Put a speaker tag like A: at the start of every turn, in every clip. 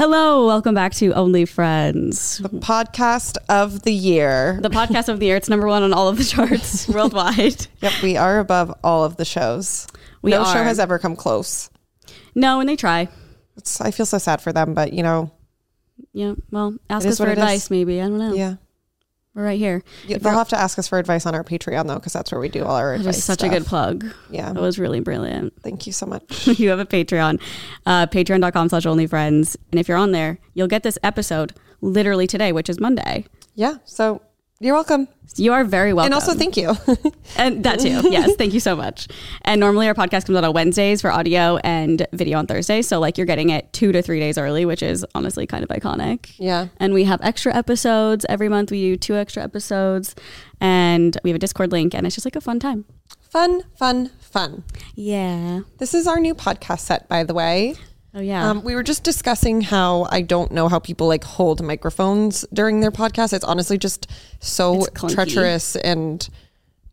A: Hello, welcome back to Only Friends,
B: The podcast of the year.
A: the podcast of the year. It's number one on all of the charts worldwide.
B: yep, we are above all of the shows.
A: We
B: no show
A: are.
B: has ever come close.
A: No, and they try.
B: It's, I feel so sad for them, but you know,
A: Yeah, well, ask
B: It is
A: us for
B: what it is.
A: advice, maybe. I don't know.
B: yeah.
A: We're right here.
B: Yeah, They'll have to ask us for advice on our Patreon though, because that's where we do all our
A: That
B: advice.
A: is such
B: stuff.
A: a good plug.
B: Yeah.
A: That was really brilliant.
B: Thank you so much.
A: you have a Patreon, uh, patreon.com slash onlyfriends. And if you're on there, you'll get this episode literally today, which is Monday.
B: Yeah. So you're welcome.
A: You are very welcome.
B: And also thank you.
A: And that too. Yes. Thank you so much. And normally our podcast comes out on Wednesdays for audio and video on Thursday. So like you're getting it two to three days early, which is honestly kind of iconic.
B: yeah.
A: And we have extra episodes every month. We do two extra episodes and we have a Discord link and it's just like a fun time.
B: Fun, fun, fun.
A: Yeah.
B: This is our new podcast set, by the way.
A: Oh yeah.
B: Um, we were just discussing how I don't know how people like hold microphones during their podcast. It's honestly just so
A: It's clunky.
B: treacherous, and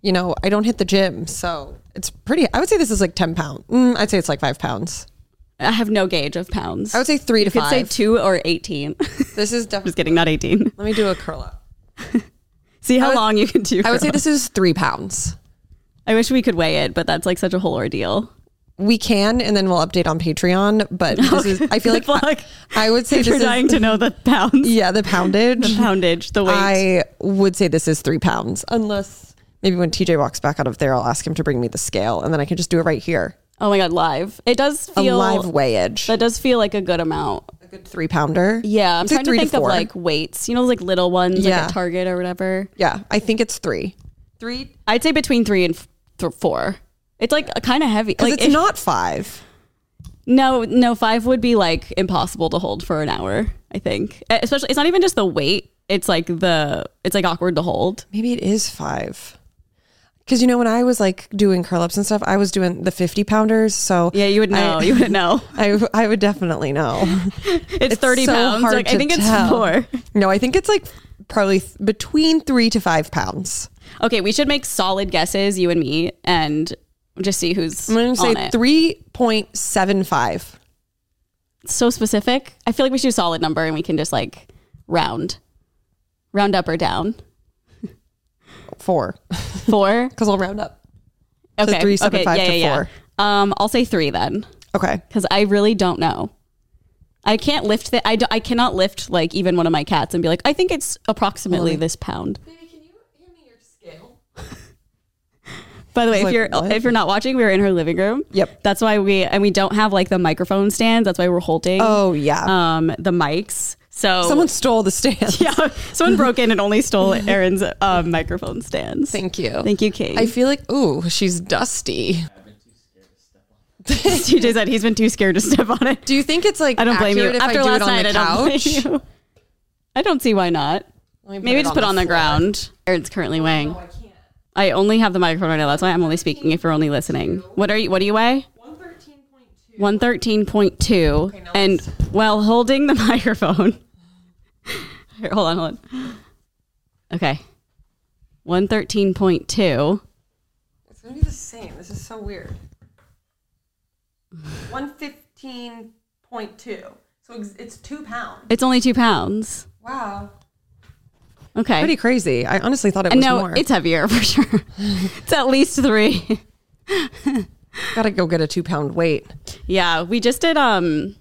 B: you know I don't hit the gym, so it's pretty. I would say this is like ten pound. Mm, I'd say it's like five pounds.
A: I have no gauge of pounds.
B: I would say three to
A: you could say
B: five.
A: two or 18.
B: this is
A: just
B: definitely.
A: kidding. Not 18.
B: Let me do a curl up.
A: See how
B: would-
A: long you can do.
B: I would say
A: curls.
B: this is three pounds.
A: I wish we could weigh it, but that's like such a whole ordeal.
B: We can, and then we'll update on Patreon. But this is. I feel like
A: Good luck.
B: I would say
A: If
B: this
A: you're
B: is.
A: dying to know the pounds,
B: Yeah, the poundage.
A: the poundage, the weight.
B: I would say this is three pounds, unless maybe when TJ walks back out of there, I'll ask him to bring me the scale, and then I can just do it right here.
A: Oh my god, live. It does
B: A
A: feel
B: live weighage,
A: that does feel like a good amount.
B: a good three pounder.
A: Yeah, I'm
B: It's
A: trying
B: like
A: to
B: three
A: think of
B: four.
A: like weights. You know, like little ones,
B: Yeah.
A: like at Target or whatever.
B: yeah, I think it's three, three.
A: I'd say between three and f- th- four. It's like kind of heavy.
B: Because
A: Like
B: it's
A: if-
B: not five.
A: no, no, five would be like impossible to hold for an hour. I think, Eh, especially it's not even just the weight. It's like the it's like awkward to hold.
B: Maybe it is five. Because you know when I was like doing curl ups and stuff, I was doing the fifty pounders. So
A: Yeah, you would know.
B: I-
A: you would know.
B: I I would definitely know.
A: It's, thirty
B: so
A: pounds.
B: hard
A: Like, I
B: to
A: think it's
B: tell.
A: four.
B: No, I think it's like probably th- between three to five pounds.
A: Okay, we should make solid guesses, you and me, and just see who's.
B: I'm going to
A: on
B: say
A: it.
B: three point seven five.
A: so specific. I feel like we should do a solid number and we can just like round, round up or down.
B: four
A: Four.
B: because I'll round up.
A: Okay.
B: three, seven,
A: okay.
B: five to four.
A: Yeah. Um, I'll say three then
B: Okay.
A: because I really don't know. I can't lift that. I, do- I cannot lift like even one of my cats and be like, I think it's approximately this pound. By the way, if
B: like,
A: you're
B: what?
A: if you're not watching, we were in her living room.
B: Yep.
A: That's why we and we don't have like the microphone stands. That's why we're holding
B: Oh yeah.
A: um the mics. So
B: Someone stole the stand.
A: yeah, someone broke in and only stole Aaron's um, microphone stands.
B: Thank you.
A: Thank you, Kate.
B: I feel like ooh, she's dusty.
A: TJ said he's been too scared to step on it.
B: Do you think it's like
A: I don't blame you.
B: accurate if
A: After
B: I do
A: last
B: it on
A: night,
B: the
A: I don't blame
B: couch?
A: you. I don't see why not.
B: Let me
A: Maybe
B: it
A: just put it on the,
B: floor.
A: ground. Aaron's currently weighing. I only have the microphone right now. That's why I'm only speaking if you're only listening. What are you? What do you weigh? One thirteen point two. And while holding the microphone, here, hold on, hold on. Okay, one thirteen point two.
B: It's gonna be the same. This is so weird. One fifteen point two. So ex- it's two pounds.
A: It's only two pounds.
B: Wow.
A: Okay.
B: Pretty crazy. I honestly thought it
A: And
B: was
A: no,
B: more.
A: it's heavier for sure. it's at least three.
B: Gotta go get a two pound weight.
A: yeah, we just did um,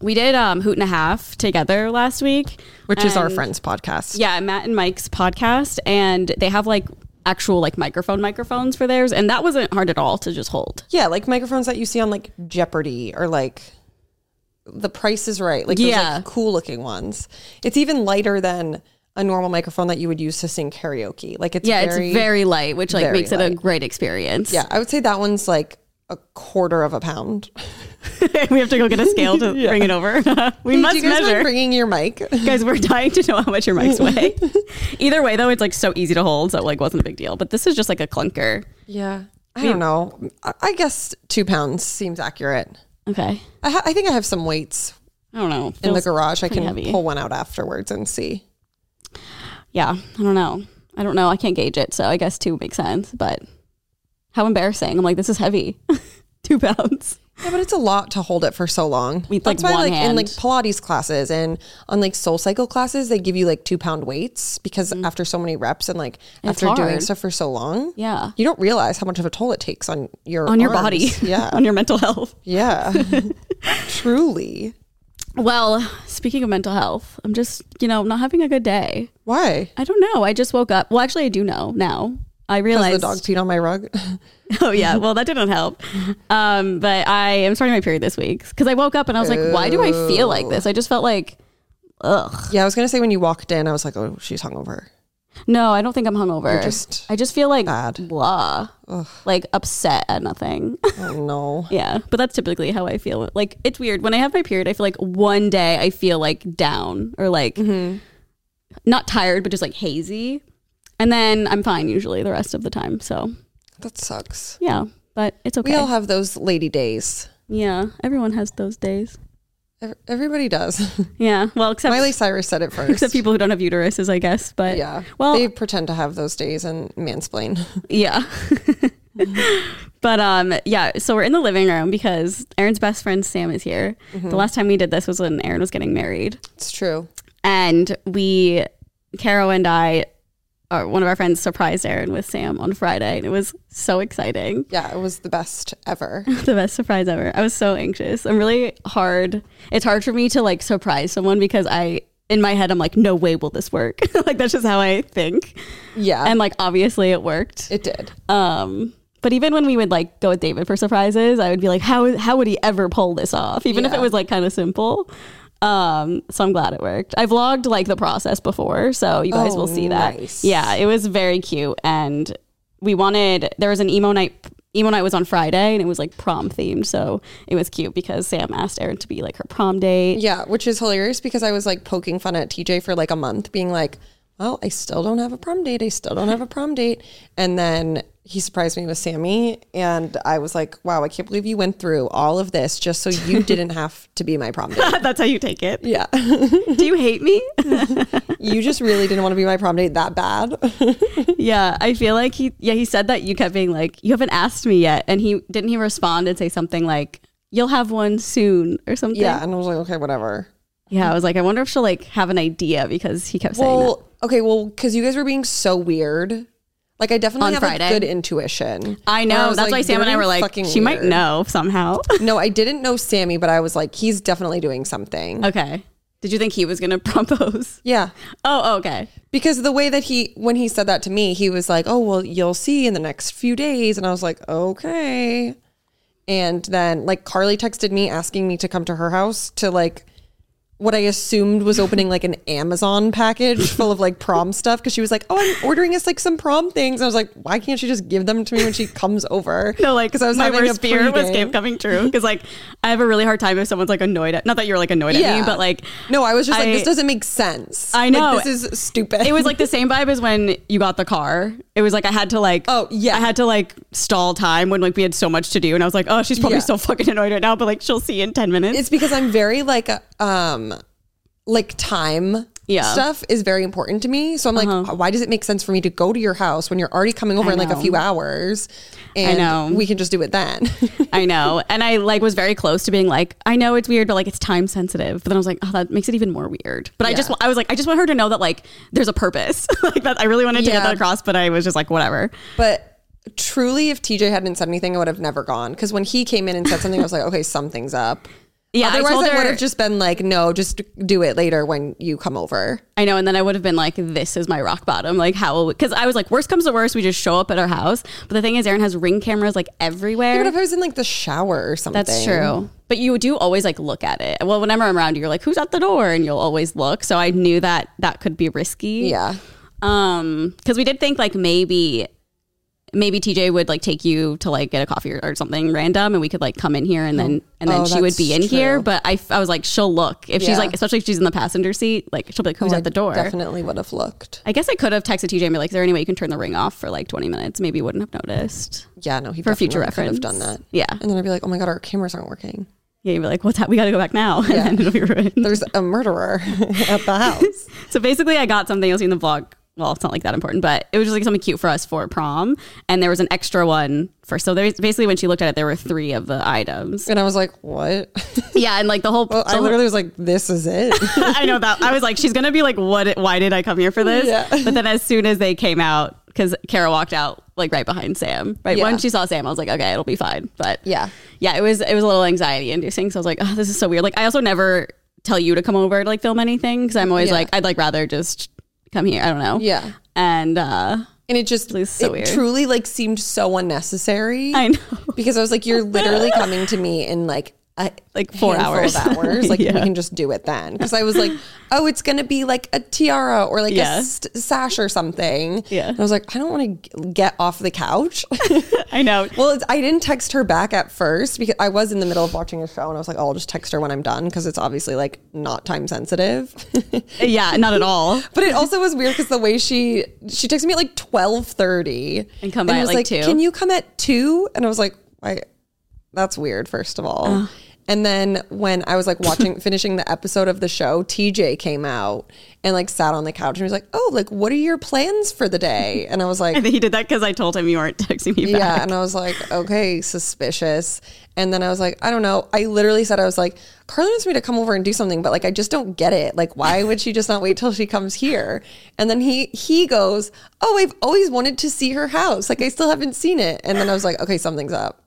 A: we did um, hoot and a half together last week,
B: Which is our
A: And-
B: friend's podcast.
A: Yeah, Matt and Mike's podcast, and they have like actual like microphone microphones for theirs, and that wasn't hard at all to just hold.
B: Yeah, like microphones that you see on like Jeopardy or like The Price is Right, like those
A: Yeah.
B: like cool looking ones. It's even lighter than a normal microphone that you would use to sing karaoke. Like it's
A: Yeah,
B: very,
A: it's very light, which like
B: very
A: makes it a great experience.
B: yeah. I would say that one's like a quarter of a pound.
A: we have to go get a scale to bring it over. we
B: Do
A: must
B: you guys mind
A: measure.
B: bringing your mic?
A: Guys, we're dying to know how much your mics weigh. Either way, though, it's like so easy to hold, so it like wasn't a big deal. But this is just like a clunker.
B: Yeah, I don't know. I- I guess two pounds seems accurate.
A: Okay,
B: I, ha- I think I have some weights
A: I don't know.
B: in the
A: Feels-
B: garage. I
A: pretty
B: can
A: heavy.
B: pull one out afterwards and see.
A: Yeah, I don't know. I don't know. I can't gauge it, so I guess two makes sense. But how embarrassing! I'm like, this is heavy. two pounds.
B: Yeah, but it's a lot to hold it for so long.
A: With,
B: That's
A: like,
B: why,
A: one
B: like in
A: hand.
B: like Pilates classes and on like Soul Cycle classes, they give you like two pound weights because after so many reps and like
A: Mm. It's
B: after doing
A: hard.
B: stuff for so long,
A: Yeah.
B: you don't realize how much of a toll it takes on your
A: On your
B: arms.
A: body.
B: Yeah,
A: on your mental health.
B: yeah, truly.
A: Well, speaking of mental health, I'm just, you know, not having a good day.
B: Why?
A: I don't know. I just woke up. Well, actually, I do know now. I
B: Because the
A: realized.
B: dog peed on my rug.
A: Oh yeah. Well, that didn't help. Um, but I am starting my period this week because I woke up and I was like, why do I feel like this? I just felt like, ugh.
B: yeah, I was gonna say when you walked in, I was like, oh, she's hungover.
A: No, I don't think I'm hungover.
B: just
A: I just feel like
B: bad.
A: blah, like upset at nothing.
B: Oh no.
A: yeah, but that's typically how I feel. Like it's weird when I have my period. I feel like one day I feel like down or like
B: Mm-hmm.
A: not tired, but just like hazy, and then I'm fine usually the rest of the time. So
B: That sucks.
A: yeah, but it's okay.
B: We all have those lady days.
A: yeah, everyone has those days.
B: Ev- Everybody does.
A: Yeah, well, except
B: Miley Cyrus said it first.
A: except people who don't have uteruses, I guess. But
B: Yeah.
A: well,
B: they pretend to have those days and mansplain.
A: Yeah. but um yeah, so we're in the living room because Aaron's best friend Sam is here. The last time we did this was when Aaron was getting married.
B: It's true.
A: And we Caro and I or one of our friends surprised Aaron with Sam on Friday and it was so exciting.
B: Yeah, it was the best ever.
A: The best surprise ever. I was so anxious. I'm really hard. It's hard for me to like surprise someone because I in my head I'm like no way will this work. like that's just how I think.
B: Yeah,
A: And like obviously it worked.
B: it did.
A: Um, but even when we would like go with David for surprises, I would be like, how how would he ever pull this off? Even if
B: Yeah.
A: it was like kind of simple. Um, so I'm glad it worked. I vlogged like the process before, so you guys
B: Oh,
A: will see that.
B: nice.
A: Yeah, it was very cute, and we wanted there was an emo night. Emo night was on Friday, and it was like prom themed, so it was cute because Sam asked Erin to be like her prom date.
B: Yeah, which is hilarious because I was like poking fun at TJ for like a month, being like, "Well, I still don't have a prom date. I still don't have a prom date." And then he surprised me with Sammy, and I was like, "Wow, I can't believe you went through all of this just so you didn't have to be my prom date."
A: That's how you take it.
B: Yeah,
A: Do you hate me?
B: you just really didn't want to be my prom date that bad.
A: Yeah, I feel like he. Yeah, he said that you kept being like, "You haven't asked me yet," and he didn't. He respond and say something like, "You'll have one soon" or something.
B: yeah, and I was like, "Okay, whatever."
A: yeah. I was like, I wonder if she'll like have an idea because he kept saying that.
B: Well, okay, well, because you guys were being so weird. Like I definitely
A: On
B: have like,
A: Friday.
B: good intuition.
A: I
B: Where
A: know.
B: was
A: that's why
B: like,
A: Sam and I
B: they're
A: were like,
B: fucking
A: she might
B: weird.
A: know somehow.
B: No, I didn't know Sammy, but I was like, he's definitely doing something.
A: okay. Did you think he was gonna propose?
B: Yeah,
A: Oh, okay.
B: because the way that he when he said that to me, he was like, "Oh, well, you'll see in the next few days," and I was like, "Okay." And then like Carly texted me asking me to come to her house to like what I assumed was opening like an Amazon package full of like prom stuff because she was like, "Oh, I'm ordering us like some prom things." I was like, "Why can't she just give them to me when she comes over?"
A: No, like,
B: 'Cause I was
A: my
B: having a
A: worst fear was
B: pre-game.
A: came- coming true because like I have a really hard time if someone's like annoyed at. Not that you were like annoyed at me, but like
B: no, I was just like,
A: I-
B: "This doesn't make sense."
A: I
B: Like,
A: know.
B: this is stupid.
A: it was like the same vibe as when you got the car. It was like I had to like
B: Oh, yeah.
A: I had to like stall time when like we had so much to do and I was like, oh, she's probably
B: Yeah.
A: so fucking annoyed right now, but like she'll see in ten minutes.
B: it's because I'm very like uh, um like time
A: Yeah. Uh-huh.
B: stuff is very important to me. So I'm like, why does it make sense for me to go to your house when you're already coming over
A: I
B: in like a
A: know.
B: few hours? And
A: know.
B: we can just do it then.
A: I know, and I like was very close to being like, I know it's weird, but like it's time sensitive. But then I was like, oh, that makes it even more weird. But I just
B: Yeah.
A: I was like, I just want her to know that like there's a purpose. like that I really wanted to
B: Yeah.
A: get that across, but I was just like, whatever.
B: but truly, if TJ hadn't said anything, I would have never gone. Because when he came in and said something, I was like, okay, something's up.
A: Yeah, I
B: Otherwise,
A: told
B: I, would
A: her-
B: have just been like, no, just do it later when you come over.
A: I know. And then I would have been like, this is my rock bottom. Like, how? Because I was like, worst comes to worst, we just show up at our house. But the thing is, Aaron has ring cameras like everywhere.
B: What if I was in like the shower or something?
A: That's true. But you do always like look at it. Well, whenever I'm around you, you're like, who's at the door? And you'll always look. So I knew that that could be risky.
B: Yeah.
A: Um, cause we did think like maybe, maybe TJ would like take you to like get a coffee or, or something random and we could like come in here and then, and then
B: Oh,
A: she would
B: that's
A: be in
B: true.
A: here. But I, I was like, she'll look if
B: Yeah. Oh,
A: she's like, especially if she's in the passenger seat, like she'll be like, who's at the door?
B: Definitely would have looked.
A: I guess I could have texted TJ and be like, is there any way you can turn the ring off for like 20 minutes? Maybe you wouldn't have noticed.
B: Yeah, no, he
A: For future
B: definitely
A: reference.
B: could have done that.
A: Yeah.
B: And then I'd be like, oh my God, our cameras aren't working.
A: Yeah, you'd be like, what's that? We got to go back now. And
B: Yeah.
A: then it'll be ruined.
B: There's a murderer at the house.
A: So basically, I got something you'll see in the vlog well, it's not like that important, but it was just like something cute for us for prom. And there was an extra one for, so there's basically when she looked at it, there were three of the items.
B: And I was like, what?
A: Yeah. And like the whole,
B: I
A: the whole-
B: literally was like, this is it.
A: I know that. I was like, she's gonna be like, what? Why did I come here for this?
B: Yeah.
A: But then as soon as they came out, because Kara walked out like right behind Sam. Right
B: Yeah.
A: when she saw Sam, I was like, okay, it'll be fine. But
B: Yeah.
A: yeah, it was it was a little anxiety inducing. So I was like, oh, this is so weird. Like I also never tell you to come over to like film anything because I'm always
B: Yeah.
A: like, I'd like rather just come here. I don't know.
B: yeah.
A: And uh,
B: And it just
A: was so
B: it
A: weird.
B: truly like seemed so unnecessary.
A: I know.
B: because I was like, you're literally coming to me in like a
A: Like four
B: handful
A: hours.
B: of hours. Like we
A: Yeah.
B: can just do it then. Because I was like, oh, it's gonna be like a tiara or like
A: Yeah.
B: a st- sash or something.
A: Yeah.
B: And I was like, I don't want to get off the couch.
A: I know.
B: well, it's, I didn't text her back at first because I was in the middle of watching a show and I was like, oh, I'll just text her when I'm done because it's obviously like not time sensitive.
A: Yeah, not at all.
B: But it also was weird because the way she she texted me at like twelve thirty
A: And come by at, like, 2.
B: Can you come at two? And I was like, I, that's weird. First of all. And then when I was like watching, finishing the episode of the show, TJ came out and like sat on the couch and he was like, "Oh, like what are your plans for the day?" And I was like,
A: I think he did that because I told him you weren't texting me back.
B: yeah. And I was like, okay, suspicious. And then I was like, I don't know. I literally said, I was like, Carly wants me to come over and do something, but like, I just don't get it. Like, why would she just not wait till she comes here? And then he, he goes, oh, I've always wanted to see her house. Like, I still haven't seen it. And then I was like, okay, something's up.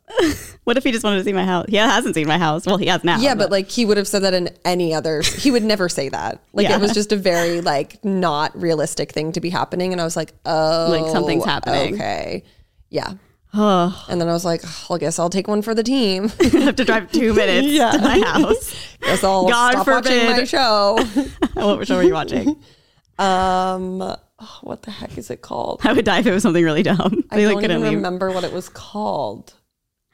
A: What if he just wanted to see my house? He hasn't seen my house. Well, he has now.
B: Yeah. But like, he would have said that in any other, he would never say that. Like,
A: Yeah.
B: it was just a very like not realistic thing to be happening. And I was like, oh,
A: Like, something's happening.
B: Okay. Yeah. And then I was like, "Oh, I guess I'll take one for the team.
A: I have to drive two minutes to my house.
B: Guess I'll
A: God
B: stop watching my
A: forbid.
B: show.
A: what show were you watching?
B: Um, oh, what the heck is it called?
A: I would die if it was something really dumb.
B: I
A: They, like,
B: don't
A: couldn't
B: even
A: leave.
B: remember what it was called.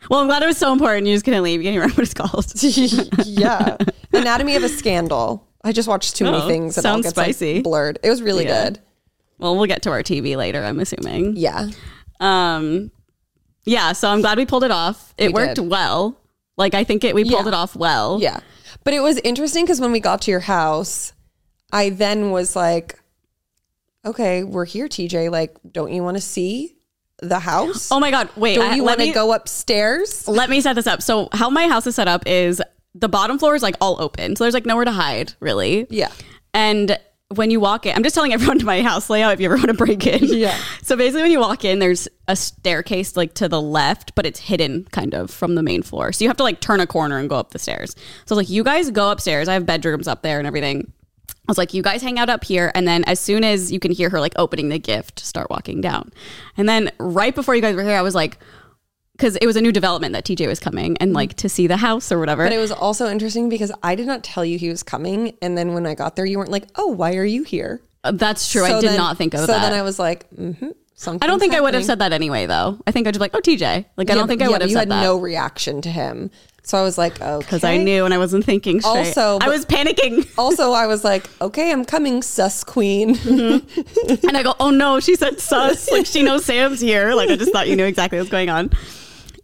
A: Well, I'm glad it was so important. You just couldn't leave. You can't even remember what it's called.
B: yeah, Anatomy of a Scandal. I just watched too many
A: Oh,
B: things. It all
A: sounds
B: gets like,
A: spicy.
B: blurred. It was really
A: Yeah.
B: good.
A: Well, we'll get to our TV later. I'm assuming.
B: Yeah,
A: Um, yeah. So I'm glad we pulled it off. It
B: We
A: worked
B: did.
A: well. Like I think it. We pulled
B: Yeah.
A: it off well.
B: yeah. But it was interesting because when we got to your house, I then was like, "Okay, we're here, TJ. Like, don't you want to see the house?
A: Oh my God. Wait.
B: don't
A: I-
B: you
A: let
B: want to
A: me-
B: go upstairs?"
A: let me set this up. So how my house is set up is the bottom floor is like all open. So there's like nowhere to hide really.
B: Yeah.
A: And when you walk in, I'm just telling everyone to my house layout if you ever want to break in.
B: Yeah.
A: So basically, when you walk in, there's a staircase like to the left, but it's hidden kind of from the main floor. So you have to like turn a corner and go up the stairs. So I was like, you guys go upstairs. I have bedrooms up there and everything. I was like, you guys hang out up here. And then as soon as you can hear her like opening the gift, start walking down. And then right before you guys were here, I was like, because it was a new development that TJ was coming and like to see the house or whatever.
B: But it was also interesting because I did not tell you he was coming, and then when I got there, you weren't like, "Oh, why are you here?"
A: Uh, That's true. I
B: So
A: did
B: then-
A: not think of
B: so
A: that.
B: then I was like, mm-hmm, something.
A: I don't think I would have said that anyway, though. I think I'd just be like, oh, TJ. Like, I don't think I would have
B: You
A: said
B: had
A: that.
B: no reaction to him, so I was like, "Okay."
A: because I knew and I wasn't thinking straight.
B: Also,
A: I
B: but-
A: was panicking,
B: Also, I was like, "Okay, I'm coming, sus queen."
A: and I go, "Oh no!" She said sus. Like she knows Sam's here. Like I just thought you knew exactly what's going on.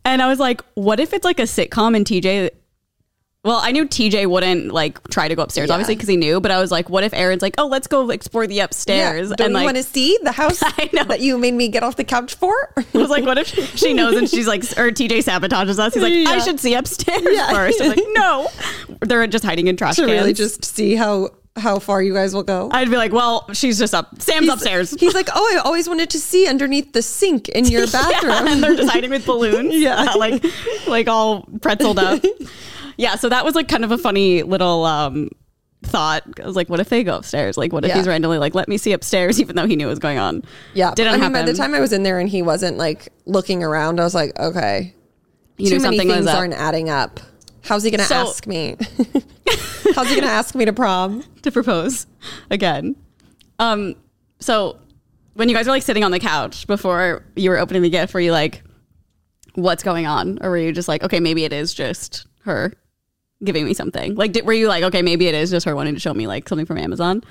A: And I was like, "What if it's like a sitcom and TJ?" Well, I knew TJ wouldn't like try to go upstairs,
B: Yeah.
A: obviously, because he knew. But I was like, "What if Aaron's like, oh, let's go explore the
B: Yeah.
A: upstairs?"
B: Don't
A: and
B: you
A: like,
B: want to see the house
A: I know.
B: that you made me get off the couch for?
A: I was like, "What if she knows?" And she's like, "Or TJ sabotages us." He's like, "I
B: Yeah.
A: should see upstairs
B: Yeah.
A: first. I was like, "No, they're just hiding in trash
B: to
A: cans."
B: really just see how how far you guys will go.
A: I'd be like, well, she's just up. Sam's upstairs.
B: He's like, "Oh, I always wanted to see underneath the sink in your bathroom."
A: Yeah, and they're just hiding with balloons. uh,
B: Yeah.
A: like like all pretzeled up. yeah, so that was like kind of a funny little um thought. I was like, what if they go upstairs? Like what if
B: Yeah.
A: he's randomly like, let me see upstairs, even though he knew what was going on.
B: Yeah.
A: Didn't
B: I mean,
A: happen.
B: by the time I was in there and he wasn't like looking around, I was like, okay,
A: you knew
B: too many
A: something
B: things
A: was up.
B: aren't adding up. How's he going to
A: So-
B: ask me? How's he going to ask me to prom?
A: to propose again. Um, so when you guys were like sitting on the couch before you were opening the gift, were you like, what's going on? Or were you just like, okay, maybe it is just her giving me something? Like, did, were you like, okay, maybe it is just her wanting to show me like something from Amazon?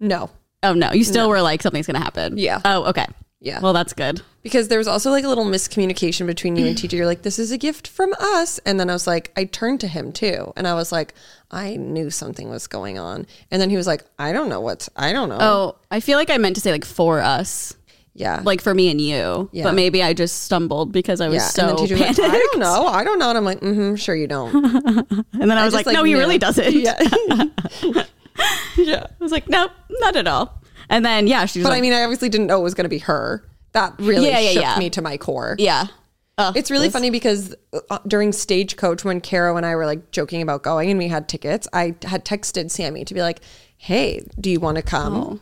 B: No.
A: Oh no, you still were like, something's gonna happen.
B: Yeah.
A: Oh, okay.
B: Yeah.
A: Well, that's good.
B: because there was also like a little miscommunication between you and TJ. You're like, this is a gift from us. And then I was like, I turned to him too. And I was like, I knew something was going on. And then he was like, I don't know what's, I don't know.
A: Oh, I feel like I meant to say like for us,
B: yeah.
A: like for me and you,
B: Yeah.
A: but maybe I just stumbled because I was
B: yeah.
A: so
B: and then TJ
A: panicked.
B: was like, I don't know. I don't know. And I'm like, mm-hmm, sure you don't.
A: and then I was
B: just,
A: like,
B: like,
A: no, he
B: knew.
A: really doesn't.
B: yeah. yeah.
A: I was like, nope, not at all. And then yeah, she was
B: But
A: like,
B: I mean, I obviously didn't know it was going to be her. That really
A: Yeah, yeah,
B: shook
A: yeah.
B: me to my core.
A: yeah, oh,
B: It's really funny because uh, during Stagecoach, when Caro and I were like joking about going and we had tickets, I had texted Sammy to be like, hey, do you want to
A: Oh.
B: come?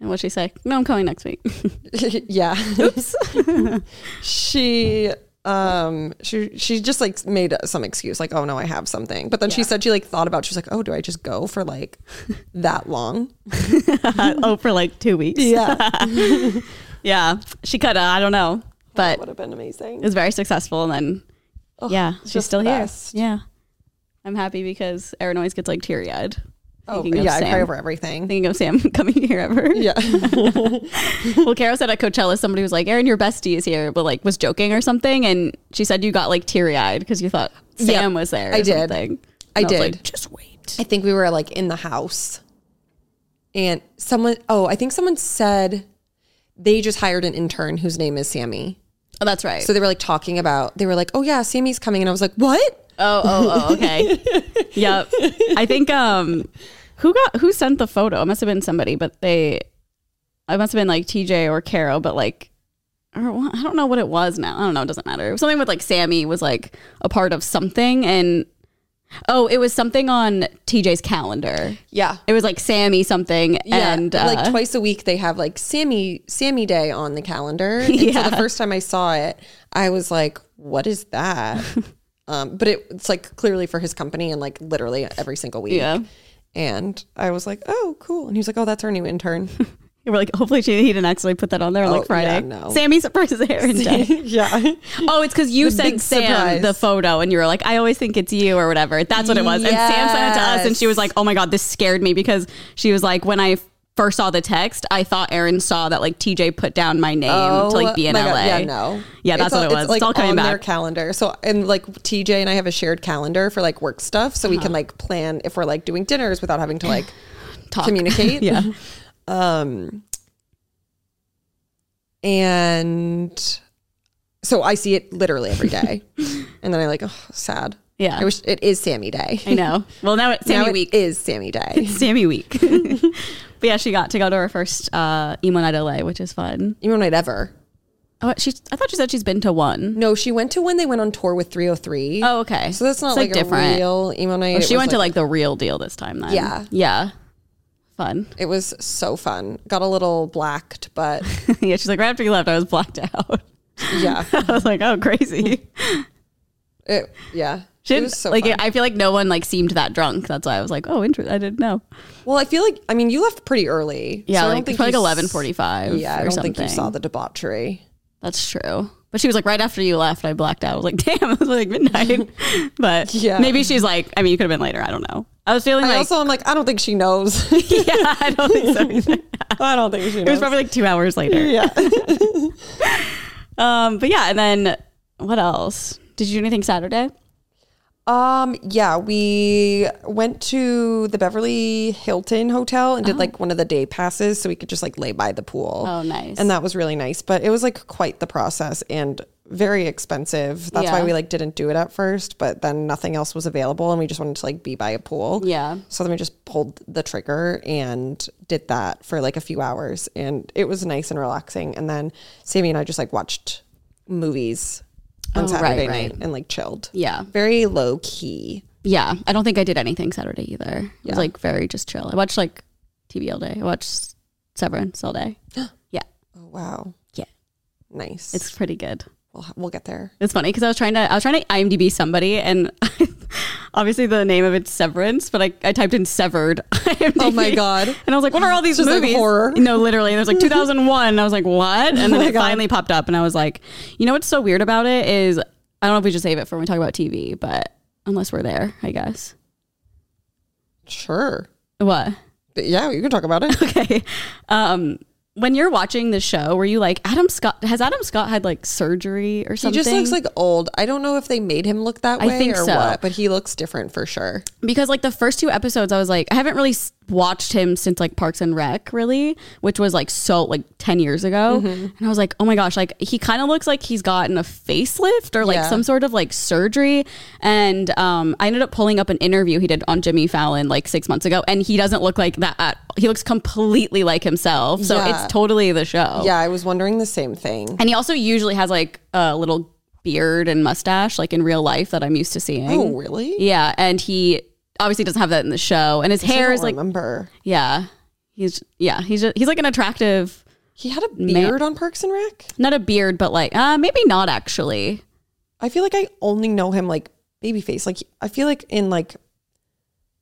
A: and what'd she say? No, I'm coming next week.
B: yeah. Oops. she um she she just like made some excuse like oh no i have something but then she said she like thought about she was like oh do i just go for like that long
A: oh, for like two weeks.
B: yeah
A: Yeah, she could. have I don't know, but
B: that would have been amazing
A: it was very successful. And then yeah, she's
B: just
A: still
B: the
A: here.
B: best.
A: Yeah, I'm happy because Erin always gets like teary eyed.
B: oh
A: thinking of
B: yeah i
A: Sam.
B: cry over everything
A: Thinking of Sam coming here ever.
B: yeah
A: well, Caro said at Coachella, somebody was like, "Erin, your bestie is here," but like was joking or something, and she said you got like teary eyed because you thought Sam
B: Yeah,
A: was there. or
B: I did.
A: something.
B: I
A: And was
B: did.
A: like, Just wait.
B: I think we were like in the house and someone oh, I think someone said they just hired an intern whose name is Sammy.
A: Oh, that's right.
B: So they were like talking about they were like, "Oh yeah, Sammy's coming." And I was like, "What?"
A: oh, oh, oh. Okay. yep. I think um, who got who sent the photo? It must have been somebody, but they, I must have been like TJ or Caro, but like. Or what- I don't know what it was now. I don't know. It doesn't matter. It was something with like Sammy was like a part of something, and oh, it was something on TJ's calendar.
B: Yeah.
A: It was like Sammy something
B: Yeah,
A: and uh,
B: like twice a week they have like Sammy Sammy Day on the calendar. And So
A: Yeah.
B: the first time I saw it, I was like, "What is that?" um, but it, it's like clearly for his company and like literally every single week.
A: Yeah.
B: And I was like, "Oh, cool." And he was like, "Oh, that's our new intern."
A: we're like hopefully she, he didn't actually put that on there on
B: Oh,
A: like Friday.
B: yeah, no.
A: Sammy's versus Aaron Day.
B: yeah.
A: Oh, it's because you
B: big
A: sent Sam
B: surprise.
A: the photo and you were like, I always think it's you or whatever. That's what it was. And Sam sent it to us and she was like, Oh my god, this scared me because she was like, when I first saw the text, I thought Aaron saw that like TJ put down my name to like be in
B: Oh
A: LA.
B: my God, Yeah, no.
A: Yeah, that's what it was. It's all coming
B: on
A: back.
B: their calendar. So and like TJ and I have a shared calendar for like work stuff, so we
A: Uh-huh.
B: can like plan if we're like doing dinners without having to like
A: Talk.
B: communicate.
A: yeah.
B: Um. And so I see it literally every day, and then I like, oh, sad.
A: Yeah.
B: I wish it is Sammy Day.
A: I know. Well now it's Sammy
B: now
A: week.
B: it is Sammy Day.
A: Sammy week. but yeah, she got to go to her first uh emo night LA, which is fun.
B: You won't ever.
A: Oh, she I thought she said she's been to one.
B: No, she went to when they went on tour with 303.
A: Oh, okay.
B: So that's not
A: It's, Oh,
B: like, a real emo night. It
A: she
B: was,
A: went to like the real deal this time. Then.
B: Yeah.
A: Yeah. Fun.
B: It was so fun. Got a little blacked, but
A: yeah. She's like, right after you left, I was blacked out.
B: yeah,
A: I was like, oh, crazy.
B: it, yeah.
A: She
B: it
A: didn't-
B: was so
A: like,
B: fun.
A: I feel like no one like seemed that drunk. That's why I was like, oh, interesting. I didn't know.
B: well, I feel like I mean you left pretty early.
A: Yeah.
B: so I
A: like,
B: don't think
A: probably
B: you
A: like
B: s-
A: eleven forty-five.
B: Yeah, I
A: or
B: don't
A: something.
B: think you saw the debauchery.
A: That's true. But she was like, right after you left, I blacked out. I was like, damn, it was like midnight. but
B: Yeah.
A: maybe she's like, I mean, it could have been later. I don't know. I was feeling
B: I
A: like,
B: also I'm like I don't think she knows.
A: yeah, I don't think so. either.
B: I don't think she knows.
A: It was probably like two hours later.
B: yeah.
A: Um, but yeah, and then what else? Did you do anything Saturday?
B: Um. Yeah, we went to the Beverly Hilton Hotel and did like one of the day passes, so we could just like lay by the pool.
A: Uh-huh. Oh, nice.
B: and that was really nice but it was like quite the process and very expensive that's why
A: Yeah.
B: we like didn't do it at first but then nothing else was available and we just wanted to like be by a pool
A: Yeah.
B: so then we just pulled the trigger and did that for like a few hours and it was nice and relaxing and then sammy and i just like watched movies on
A: Oh, right,
B: saturday
A: right.
B: night and like chilled
A: Yeah.
B: very low key
A: Yeah. I don't think I did anything Saturday either. It
B: Yeah.
A: was like very just chill. I watched like TV all day. I watched Severance all day. yeah.
B: oh wow
A: Yeah.
B: nice
A: It's pretty good.
B: we'll, we'll get there
A: It's funny because I was trying to I was trying to IMDb somebody and obviously the name of it's Severance, but I, I typed in severed. IMDb.
B: oh my god
A: And I was like, what are all these
B: Just, like,
A: movies?
B: horror. Oh
A: No, literally. There's like 2001. And I was like, what? And then
B: my
A: it
B: God.
A: finally popped up. And I was like, you know what's so weird about it is I don't know if we should save it for when we talk about TV, but unless we're there, I guess.
B: sure
A: What?
B: But yeah you can talk about it
A: Okay. Um, when you're watching the show, were you like Adam Scott? Has Adam Scott had like surgery or
B: He
A: something?
B: just looks like old. I don't know if they made him look that
A: I
B: way
A: think
B: or
A: so.
B: what, but he looks different for sure.
A: because like the first two episodes, I was like, I haven't really s- watched him since like Parks and Rec, really, which was like so like ten years ago,
B: Mm-hmm.
A: and I was like, oh my gosh, like he kind of looks like he's gotten a facelift or like
B: Yeah.
A: some sort of like surgery, and um, I ended up pulling up an interview he did on Jimmy Fallon like six months ago, and he doesn't look like that. At, he looks completely like himself, so
B: Yeah.
A: it's totally the show.
B: Yeah, I was wondering the same thing.
A: And he also usually has like a little beard and mustache, like in real life, that I'm used to seeing.
B: Oh, really?
A: Yeah. And he obviously doesn't have that in the show. And his
B: I
A: hair
B: don't
A: is like,
B: remember.
A: yeah. He's, yeah. He's, just, he's like an attractive,
B: He had a beard on Parks and Rec.
A: not a beard, but like, uh, maybe not actually.
B: I feel like I only know him like babyface. Like I feel like in like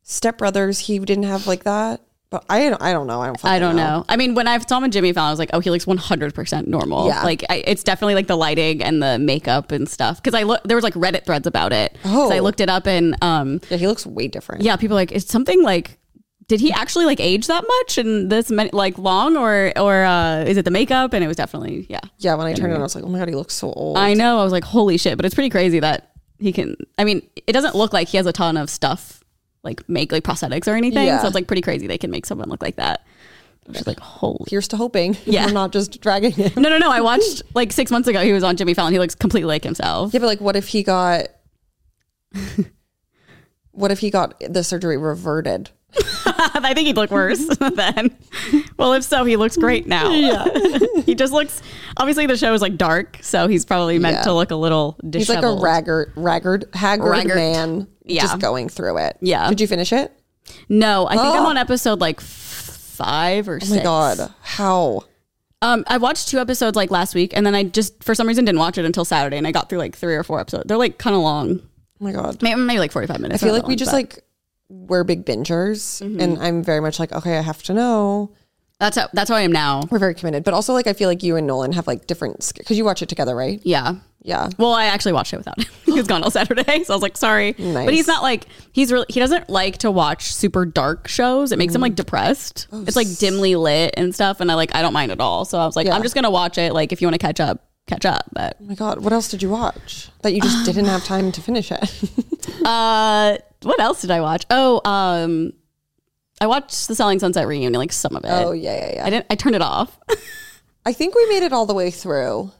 B: Step Brothers, he didn't have like that. But I don't. I don't know. I don't.
A: I
B: fucking
A: don't know. I mean, when I saw him on Jimmy Fallon, I was like, oh, he looks 100% normal.
B: Yeah.
A: Like, I, it's definitely like the lighting and the makeup and stuff. Cause I look, there was like Reddit threads about it. 'Cause I
B: Oh.
A: looked it up and, um,
B: Yeah, he looks way different.
A: yeah, people are like it's something like did he actually like age that much and this many, like long or or uh, is it the makeup? And it was definitely yeah.
B: Yeah. When I turned it on, I was like, oh my god, he looks so old.
A: I know I was like holy shit, but it's pretty crazy that he can. I mean, it doesn't look like he has a ton of stuff like make like prosthetics or anything.
B: Yeah.
A: So it's like pretty crazy they can make someone look like that. I'm just like holy.
B: Here's to hoping.
A: Yeah.
B: We're not just dragging him.
A: No, no, no. I watched like six months ago. He was on Jimmy Fallon. He looks completely like himself.
B: Yeah, but like, what if he got? what if he got the surgery reverted?
A: I think he'd look worse
B: Mm-hmm.
A: then. Well, if so, he looks great now. Yeah. he just looks obviously the show is like dark, so he's probably meant
B: Yeah.
A: to look a little
B: He's
A: disheveled.
B: like a ragged, ragged, haggard
A: Raggart.
B: man.
A: Yeah.
B: Just going through it.
A: Yeah.
B: Did you finish it?
A: no, I think I'm
B: Oh.
A: on episode like f- five or
B: Oh
A: six.
B: my god. How? Oh
A: Um, I watched two episodes like last week, and then I just for some reason didn't watch it until Saturday, and I got through like three or four episodes. They're like kind of long,
B: Oh my god.
A: maybe, maybe like 45 minutes.
B: I feel like we just like we're big bingers,
A: Mm-hmm.
B: and I'm very much like, okay, I have to know.
A: that's how that's how I am now.
B: We're very committed, but also like I feel like you and Nolan have like different because you watch it together, right?
A: Yeah.
B: Yeah.
A: Well, I actually watched it without him. he was gone all Saturday, so I was like, sorry.
B: Nice.
A: But he's not like he's really he doesn't like to watch super dark shows. It makes him like depressed. it's like dimly lit and stuff, and I like I don't mind at all. So I was like,
B: Yeah.
A: I'm just gonna watch it. Like if you want to catch up, catch up. But
B: Oh my god, what else did you watch that you
A: Um,
B: just didn't have time to finish it?
A: uh, what else did I watch? Oh, um, I watched the Selling Sunset reunion, like some of it.
B: oh yeah, yeah, yeah.
A: I didn't. I turned it off.
B: I think we made it all the way through.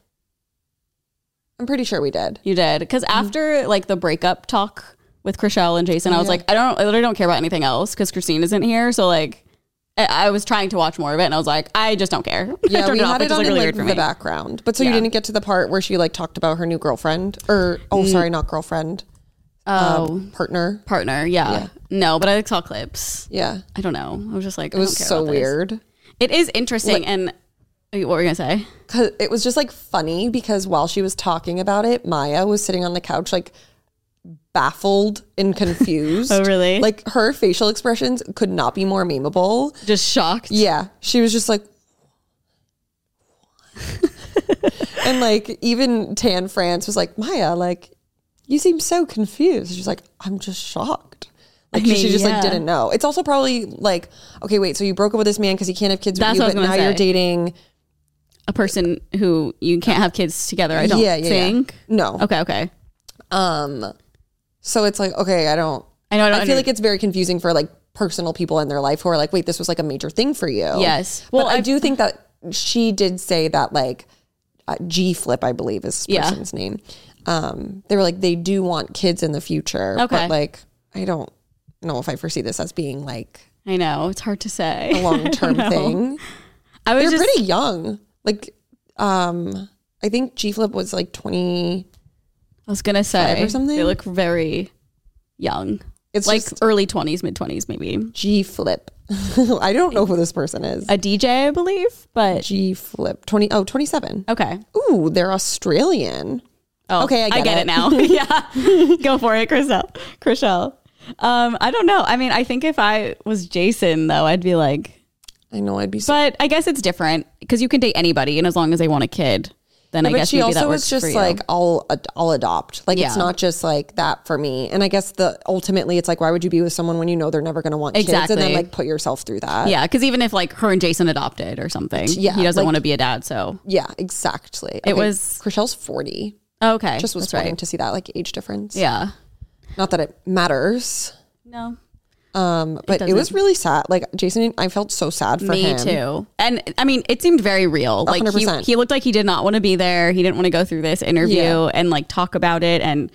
B: I'm pretty sure we did.
A: you did because
B: Mm-hmm.
A: after like the breakup talk with Chriselle and Jason, I was like, I don't, I literally don't care about anything else because Christine isn't here. So like, I, I was trying to watch more of it, and I was like, I just don't care. I
B: Yeah,
A: turned
B: we had
A: which is,
B: it on
A: like,
B: in
A: really
B: like,
A: weird for
B: the
A: me.
B: background, but so you
A: Yeah.
B: didn't get to the part where she like talked about her new girlfriend or oh,
A: Mm.
B: sorry, not girlfriend,
A: Oh,
B: um, partner.
A: partner. Yeah. no, but I saw clips.
B: Yeah,
A: I don't know. I was just like,
B: it was so weird.
A: It is interesting, and wait, what were you gonna say?
B: Cause it was just like funny because while she was talking about it, Maya was sitting on the couch like baffled and confused.
A: Oh, really?
B: Like her facial expressions could not be more memeable.
A: Just shocked.
B: Yeah, she was just like, and like even Tan France was like, Maya, like you seem so confused. She's like, I'm just shocked. Like
A: I
B: she
A: mean,
B: just
A: yeah.
B: like didn't know. It's also probably like, okay, wait, so you broke up with this man because he can't have kids
A: That's
B: with
A: what I
B: you,
A: was
B: but now
A: gonna
B: you're
A: say.
B: dating.
A: A person who you can't have kids together. I don't
B: Yeah, yeah, yeah.
A: think.
B: No.
A: Okay. Okay.
B: Um, so it's like, okay, I don't.
A: I know. I, don't
B: I feel like it's very confusing for like personal people in their life who are like, wait, this was like a major thing for you.
A: Yes.
B: Well,
A: Well,
B: I
A: I've-
B: do think that she did say that like uh, G Flip, I believe is this
A: Yeah.
B: person's name. Um, they were like, they do want kids in the future.
A: Okay.
B: But like, I don't know if I foresee this as being like
A: I know it's hard to say.
B: a long term thing.
A: I was
B: They're
A: just
B: pretty young. Like, um, I think G Flip was like 20.
A: I was gonna say
B: or something?
A: They look very young.
B: It's
A: like
B: like
A: early twenties, mid twenties, maybe.
B: G Flip. I don't know who this person is.
A: A DJ, I believe, but
B: G Flip 20 oh 27.
A: okay.
B: Ooh, they're Australian.
A: Oh,
B: Okay, I get
A: it.
B: it.
A: now. yeah, go for it, Chriselle. Chriselle. Um, I don't know. I mean, I think if I was Jason, though, I'd be like,
B: I know I'd be so
A: but I guess it's different because you can date anybody, and as long as they want a kid, then I
B: but
A: guess
B: she
A: maybe that
B: also
A: works
B: was just
A: for you.
B: like I'll ad- I'll adopt. Like
A: Yeah.
B: it's not just like that for me. And I guess the ultimately it's like why would you be with someone when you know they're never going to want kids and then
A: Exactly.
B: like put yourself through that.
A: yeah, because even if like her and Jason adopted or something,
B: Yeah,
A: he doesn't
B: like-
A: want to be a dad. So
B: Yeah, exactly.
A: It was-
B: Chriselle's 40.
A: Oh, okay,
B: Just was
A: that's
B: wanting
A: right.
B: to see that like age difference.
A: Yeah,
B: Not that it matters.
A: no,
B: Um, but it, was really sad. Like Jason, I felt so sad for
A: me
B: him.
A: too. And I mean, it seemed very real. Like he
B: 100%.
A: he looked like he did not want to be there. He didn't want to go through this interview
B: Yeah.
A: and like talk about it. And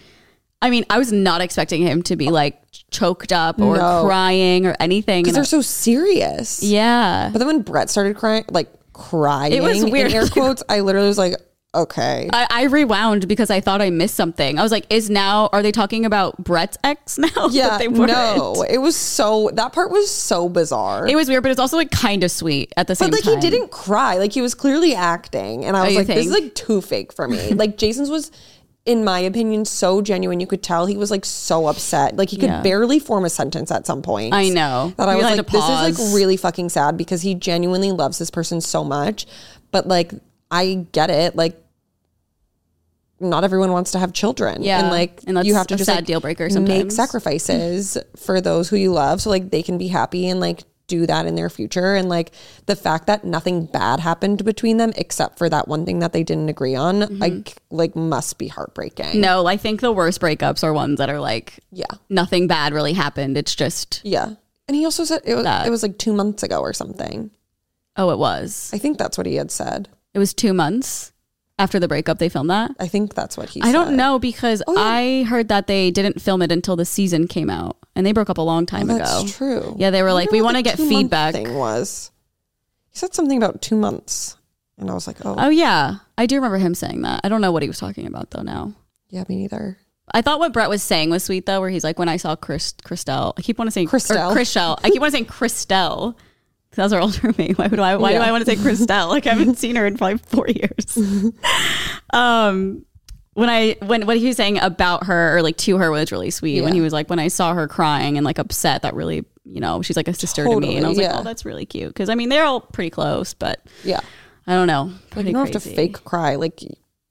A: I mean, I was not expecting him to be like choked up or
B: No.
A: crying or anything.
B: Because
A: And
B: they're so serious.
A: yeah,
B: But then when Brett started crying, like crying,
A: It was
B: in
A: weird.
B: air quotes, I literally was like, okay.
A: I, I rewound because I thought I missed something. I was like, "Is now? Are they talking about Brett's ex now?" But
B: yeah,
A: they weren't.
B: no, it was so that part was so bizarre.
A: It was weird, but it's also like kind of sweet at the same
B: but like
A: time.
B: he didn't cry, like he was clearly acting, and I was
A: you
B: like, this is
A: think?
B: like too fake for me. like Jason's was, in my opinion, so genuine. You could tell he was like so upset, like he could
A: Yeah.
B: barely form a sentence at some point.
A: I know.
B: that I
A: You
B: was
A: had
B: like,
A: to
B: this is
A: pause.
B: like really fucking sad because he genuinely loves this person so much, but like I get it, like. Not everyone wants to have children,
A: Yeah,
B: and like
A: and that's
B: you have to
A: a
B: just
A: sad
B: like,
A: deal breaker
B: Make
A: sometimes.
B: sacrifices for those who you love, so like they can be happy and like do that in their future. And like the fact that nothing bad happened between them except for that one thing that they didn't agree on,
A: Mm-hmm.
B: like like must be heartbreaking.
A: No, I think the worst breakups are ones that are like
B: Yeah,
A: nothing bad really happened. It's just
B: yeah. And he also said it was,
A: That-
B: it was like two months ago or something.
A: oh, it was.
B: I think that's what he had said.
A: It was two months after the breakup. They filmed that.
B: I think that's what he.
A: I don't
B: said.
A: know because
B: Oh, yeah.
A: I heard that they didn't film it until the season came out, and they broke up a long time
B: Oh, That's
A: ago.
B: true.
A: Yeah, they were
B: I
A: like,
B: wonder
A: "We
B: what
A: want to get
B: the two-month
A: feedback."
B: Thing was he said something about two months, and I was like, oh,
A: Oh yeah, I do remember him saying that. I don't know what he was talking about though. Now
B: yeah, me neither.
A: I thought what Brett was saying was sweet though, where he's like, when I saw Chris, Christelle, I keep wanting to say
B: Christelle.
A: Christelle. Christelle. I keep wanting to say Christelle. 'Cause That's her old roommate. Why would I? Why do
B: Yeah.
A: I want to say Christelle? Like I haven't seen her in probably four years. um, when I when what he was saying about her or like to her was really sweet. When
B: Yeah.
A: he was like, when I saw her crying and like upset, that really you know she's like a sister to me, and I was
B: Totally, yeah.
A: like, oh, that's really cute. Because I mean they're all pretty close, but
B: Yeah,
A: I don't know.
B: like,
A: Pretty
B: you don't have to
A: crazy.
B: fake cry. Like,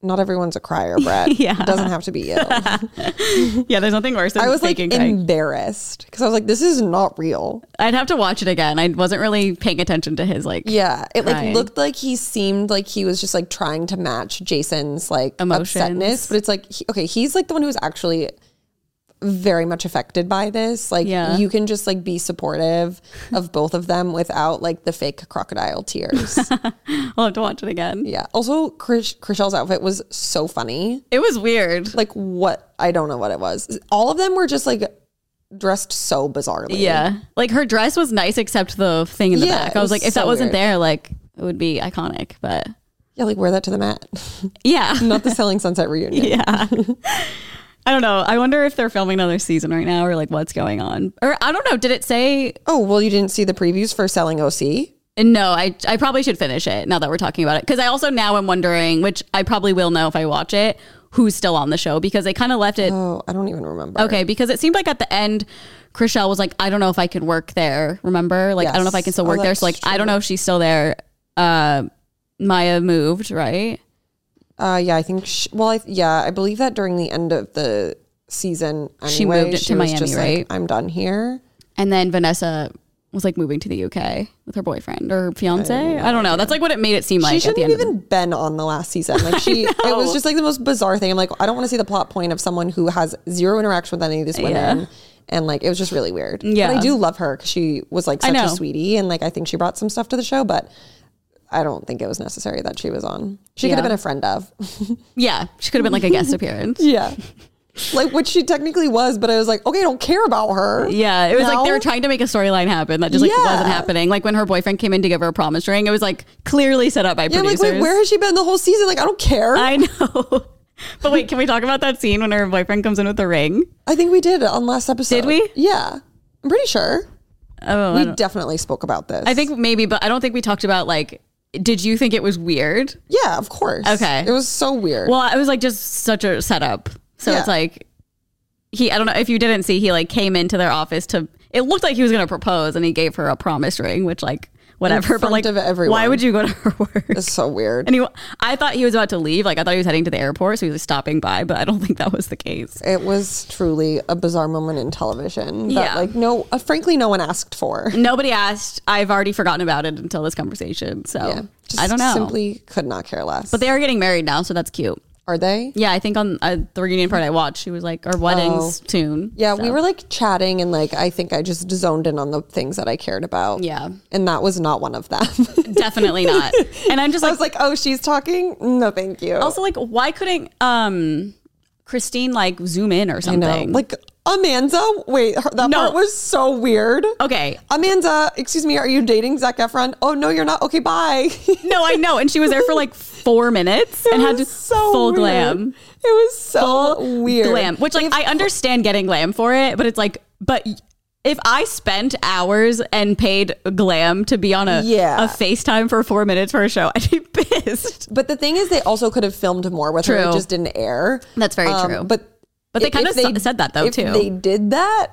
B: not everyone's a crier, Brett.
A: Yeah.
B: it doesn't have to be you. I
A: Yeah, there's nothing worse than
B: was like
A: faking crying.
B: embarrassed because I was like, this is not real.
A: I'd have to watch it again. I wasn't really paying attention to his like
B: Yeah, it
A: Crying.
B: like looked like he seemed like he was just like trying to match Jason's like
A: Emotions.
B: upsetness, but it's like he, okay, he's like the one who was actually very much affected by this. Like
A: Yeah.
B: you can just like be supportive of both of them without like the fake crocodile tears.
A: I'll have to watch it again.
B: yeah. Also, Chris Chriselle's outfit was so funny.
A: It was weird.
B: Like what I don't know what it was. All of them were just like dressed so bizarrely.
A: Yeah. Like her dress was nice except the thing in the
B: Yeah,
A: back.
B: it
A: I was,
B: was
A: like, if that
B: so
A: wasn't
B: weird.
A: there, like it would be iconic. But
B: Yeah, like wear that to the mat.
A: yeah.
B: Not the Selling Sunset reunion.
A: yeah. I don't know. I wonder if they're filming another season right now or like what's going on. Or I don't know. Did it say
B: Oh, well, you didn't see the previews for Selling OC?
A: no, I I probably should finish it now that we're talking about it. Because I also now am wondering, which I probably will know if I watch it, who's still on the show because they kind of left it
B: Oh, I don't even remember.
A: Okay, because it seemed like at the end, Chriselle was like, I don't know if I can work there. Remember? Like, I don't know if I can
B: Yes.
A: still
B: Oh,
A: work there. So, like,
B: that's
A: I don't know if she's still there. Uh, Maya moved, right?
B: Uh, yeah, I think. She, well, I, yeah, I believe that during the end of the season, anyway,
A: She moved it to
B: was
A: Miami,
B: just like,
A: right?
B: I'm done here.
A: And then Vanessa was like moving to the UK with her boyfriend or fiance. I don't know. That's like what it made it seem like.
B: Oh, She
A: at the
B: shouldn't have
A: end of the-
B: even been on the last season. Like she, it was
A: know.
B: just like the most bizarre thing. I'm like, I don't want to see the plot point of someone who has zero interaction with any of these women. And like, it was just really weird.
A: Yeah.
B: But I do love her because she was like
A: I
B: such a
A: know.
B: sweetie. And like, I think she brought some stuff to the show, but I don't think it was necessary that she was on. She could
A: Yeah.
B: have been a friend of.
A: yeah, she could have been like a guest appearance.
B: Yeah. like, which she technically was, but I was like, okay, I don't care about her.
A: Yeah, it was like they
B: No.
A: were trying to make a storyline happen that just like
B: Yeah.
A: wasn't happening. Like when her boyfriend came in to give her a promise ring, it was like clearly set up by
B: Yeah, I'm like,
A: producers.
B: wait, where has she been the whole season? Like, I don't care. I,
A: I know. but wait, can we talk about that scene when her boyfriend comes in with the ring?
B: think we did it on last episode.
A: Did we?
B: Yeah. I'm pretty sure.
A: Oh,
B: We definitely spoke about this.
A: I think maybe, but I don't think we talked about like. Did you think it was weird?
B: Yeah, of course.
A: Okay.
B: It was so weird.
A: Well, it was like just such a setup. So
B: Yeah.
A: it's like he. I don't know if you didn't see. He like came into their office to. It looked like he was going to propose, and he gave her a promise ring, which like whatever. but
B: front
A: like,
B: of everyone.
A: why would you go to her work?
B: It's so weird.
A: And he, I thought he was about to leave. Like I thought he was heading to the airport, so he was like, stopping by. But I don't think that was the case.
B: it was truly a bizarre moment in television that,
A: Yeah.
B: like, no, uh, frankly, no one asked for.
A: Nobody asked. I've already forgotten about it until this conversation. So
B: Yeah. Just
A: I don't know.
B: Simply could not care less.
A: but they are getting married now, so that's cute.
B: are they?
A: Yeah, I think on uh, the reunion part I watched, she was like, "Our weddings soon."
B: Oh. Yeah,
A: So-
B: we were like chatting, and like, I think I just zoned in on the things that I cared about.
A: Yeah.
B: And that was not one of them.
A: definitely not. And I'm just
B: I
A: like,
B: was like, oh, she's talking? No, thank you.
A: also like, why couldn't um Christine like zoom in or
B: I
A: something?
B: know. Like, Amanda, wait, her, that
A: No.
B: part was so weird.
A: okay,
B: Amanda, excuse me, are you dating Zach Efron? Oh, no, you're not. Okay, bye.
A: no, I know. And she was there for like four minutes
B: It
A: and had
B: was
A: just full
B: weird.
A: glam.
B: It was so
A: full
B: weird.
A: glam. Which like
B: If-
A: I understand getting glam for it, but it's like, but if I spent hours and paid glam to be on a
B: Yeah.
A: a FaceTime for four minutes for a show, I'd be pissed.
B: But the thing is, they also could have filmed more with her.
A: True.
B: It just didn't air. Um,
A: That's very true.
B: But
A: But they
B: if-
A: kind of
B: if
A: sa- said that, though,
B: if
A: too.
B: They did that.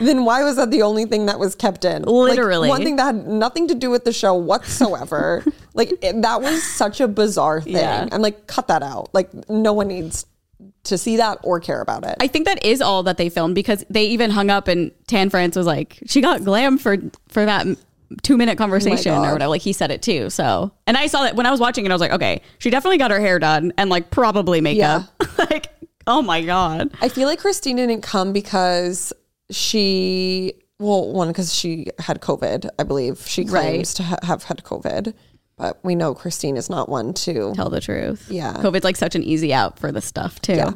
B: then why was that the only thing that was kept in? Like,
A: Literally.
B: one thing that had nothing to do with the show whatsoever. like it, that was such a bizarre thing.
A: Yeah.
B: I'm like, cut that out. Like no one needs to see that or care about it.
A: I think that is all that they filmed because they even hung up and Tan France was like, she got glam for for that two minute conversation
B: Oh God.
A: or whatever. Like he said it too. So and I saw that when I was watching it, I was like, okay, she definitely got her hair done and like probably makeup. like oh my god,
B: I feel like Christine didn't come because she, well, one, because she had COVID, I believe. She claims to ha- have had COVID, but we know Christine is not one to.
A: tell the truth.
B: Yeah.
A: COVID's like such an easy out for this stuff too.
B: Yeah.